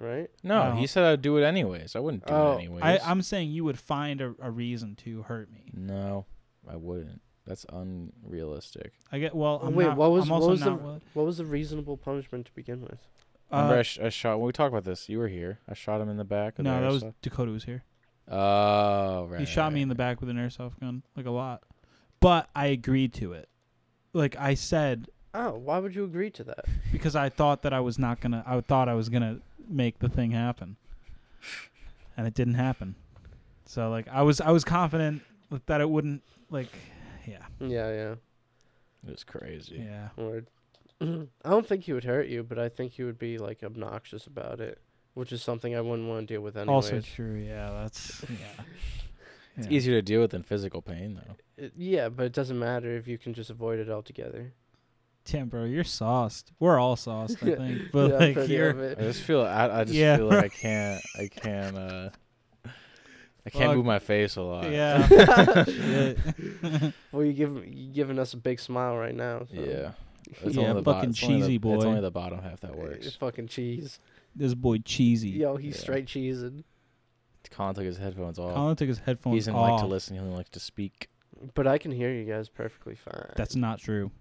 Speaker 3: right?
Speaker 2: No,
Speaker 4: No.
Speaker 2: he said I'd do it anyways. I wouldn't do
Speaker 3: Oh,
Speaker 2: it anyways.
Speaker 4: Oh. I, am saying you would find a, a reason to hurt me.
Speaker 2: No, I wouldn't. That's unrealistic.
Speaker 4: I get. Well, I'm
Speaker 3: Wait,
Speaker 4: not-
Speaker 3: what was-
Speaker 4: I'm
Speaker 3: what
Speaker 4: also
Speaker 3: was the-
Speaker 4: not, willing-
Speaker 3: What was the reasonable punishment to begin with?
Speaker 2: Remember, I,
Speaker 4: uh,
Speaker 2: sh- I shot. When we talked about this, you were here. I shot him in the back. Of
Speaker 4: no,
Speaker 2: the
Speaker 4: that was
Speaker 2: airsoft-
Speaker 4: Dakota was here.
Speaker 2: Oh, right.
Speaker 4: he shot me in the back with an airsoft gun, like a lot. But I agreed to it. Like I said,
Speaker 3: Oh, why would you agree to that?
Speaker 4: because I thought that I was not gonna. I thought I was gonna make the thing happen, and it didn't happen. So like I was, I was confident that it wouldn't. Like, yeah,
Speaker 3: Yeah,
Speaker 2: It was crazy.
Speaker 4: yeah.
Speaker 3: yeah. Word. Mm-hmm. I don't think he would hurt you, but I think he would be like obnoxious about it, which is something I wouldn't want to deal with anyways.
Speaker 4: Also true. Yeah, that's yeah.
Speaker 2: It's
Speaker 4: Yeah.
Speaker 2: easier to deal with than physical pain, though.
Speaker 3: It- yeah, but it doesn't matter if you can just avoid it altogether.
Speaker 4: Tim, bro, you're sauced. We're all sauced, I think. But
Speaker 3: Yeah, I'm
Speaker 4: like
Speaker 3: pretty
Speaker 4: you're,
Speaker 3: of it.
Speaker 2: I just feel I, I just
Speaker 4: Yeah.
Speaker 2: feel like I can't I can't uh I can't
Speaker 4: Fuck.
Speaker 2: move my face a lot.
Speaker 4: yeah. Shit.
Speaker 3: Well, you give you giving us a big smile right now. So.
Speaker 2: Yeah.
Speaker 4: Yeah,
Speaker 2: bot-
Speaker 4: fucking
Speaker 2: it's only the-
Speaker 4: cheesy
Speaker 2: It's
Speaker 4: boy.
Speaker 2: only the bottom half that
Speaker 3: Uh,
Speaker 2: works.
Speaker 3: Fucking cheese.
Speaker 4: this boy cheesy.
Speaker 3: Yo, he's
Speaker 2: Yeah.
Speaker 3: straight cheesing.
Speaker 2: Colin took his headphones off.
Speaker 4: Colin took his
Speaker 2: he
Speaker 4: headphones
Speaker 2: doesn't
Speaker 4: off.
Speaker 2: like to listen. He only likes to speak.
Speaker 3: But I can hear you guys perfectly fine.
Speaker 4: That's not true.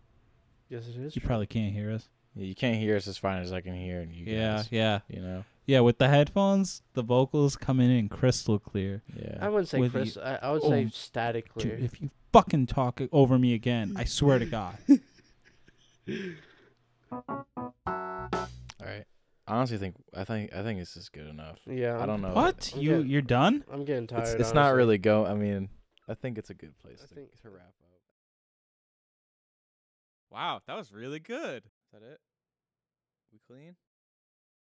Speaker 3: yes, it is.
Speaker 4: You probably can't hear us.
Speaker 2: Yeah, You can't hear us as fine as I can hear you
Speaker 4: Yeah,
Speaker 2: guys.
Speaker 4: yeah,
Speaker 2: You know.
Speaker 4: yeah. With the headphones, the vocals coming in crystal clear.
Speaker 3: I
Speaker 2: Yeah.
Speaker 3: wouldn't say
Speaker 4: With
Speaker 3: Chris.
Speaker 4: you-
Speaker 3: I, I would say
Speaker 4: Oh,
Speaker 3: static clear.
Speaker 4: Dude, if you fucking talk it over me again, I swear to
Speaker 2: Oh,
Speaker 4: God.
Speaker 2: All right. I'm honestly think I think I think this is good enough.
Speaker 3: Yeah.
Speaker 2: I don't know.
Speaker 4: What?
Speaker 3: I'm
Speaker 4: You
Speaker 3: good.
Speaker 4: you're done?
Speaker 3: I'm getting tired.
Speaker 2: It's, it's not
Speaker 3: honestly.
Speaker 2: really go. I mean, I think it's a good place
Speaker 3: I
Speaker 2: to,
Speaker 3: think-
Speaker 2: to wrap up.
Speaker 7: Wow, that was really good.
Speaker 2: Is that it? We clean?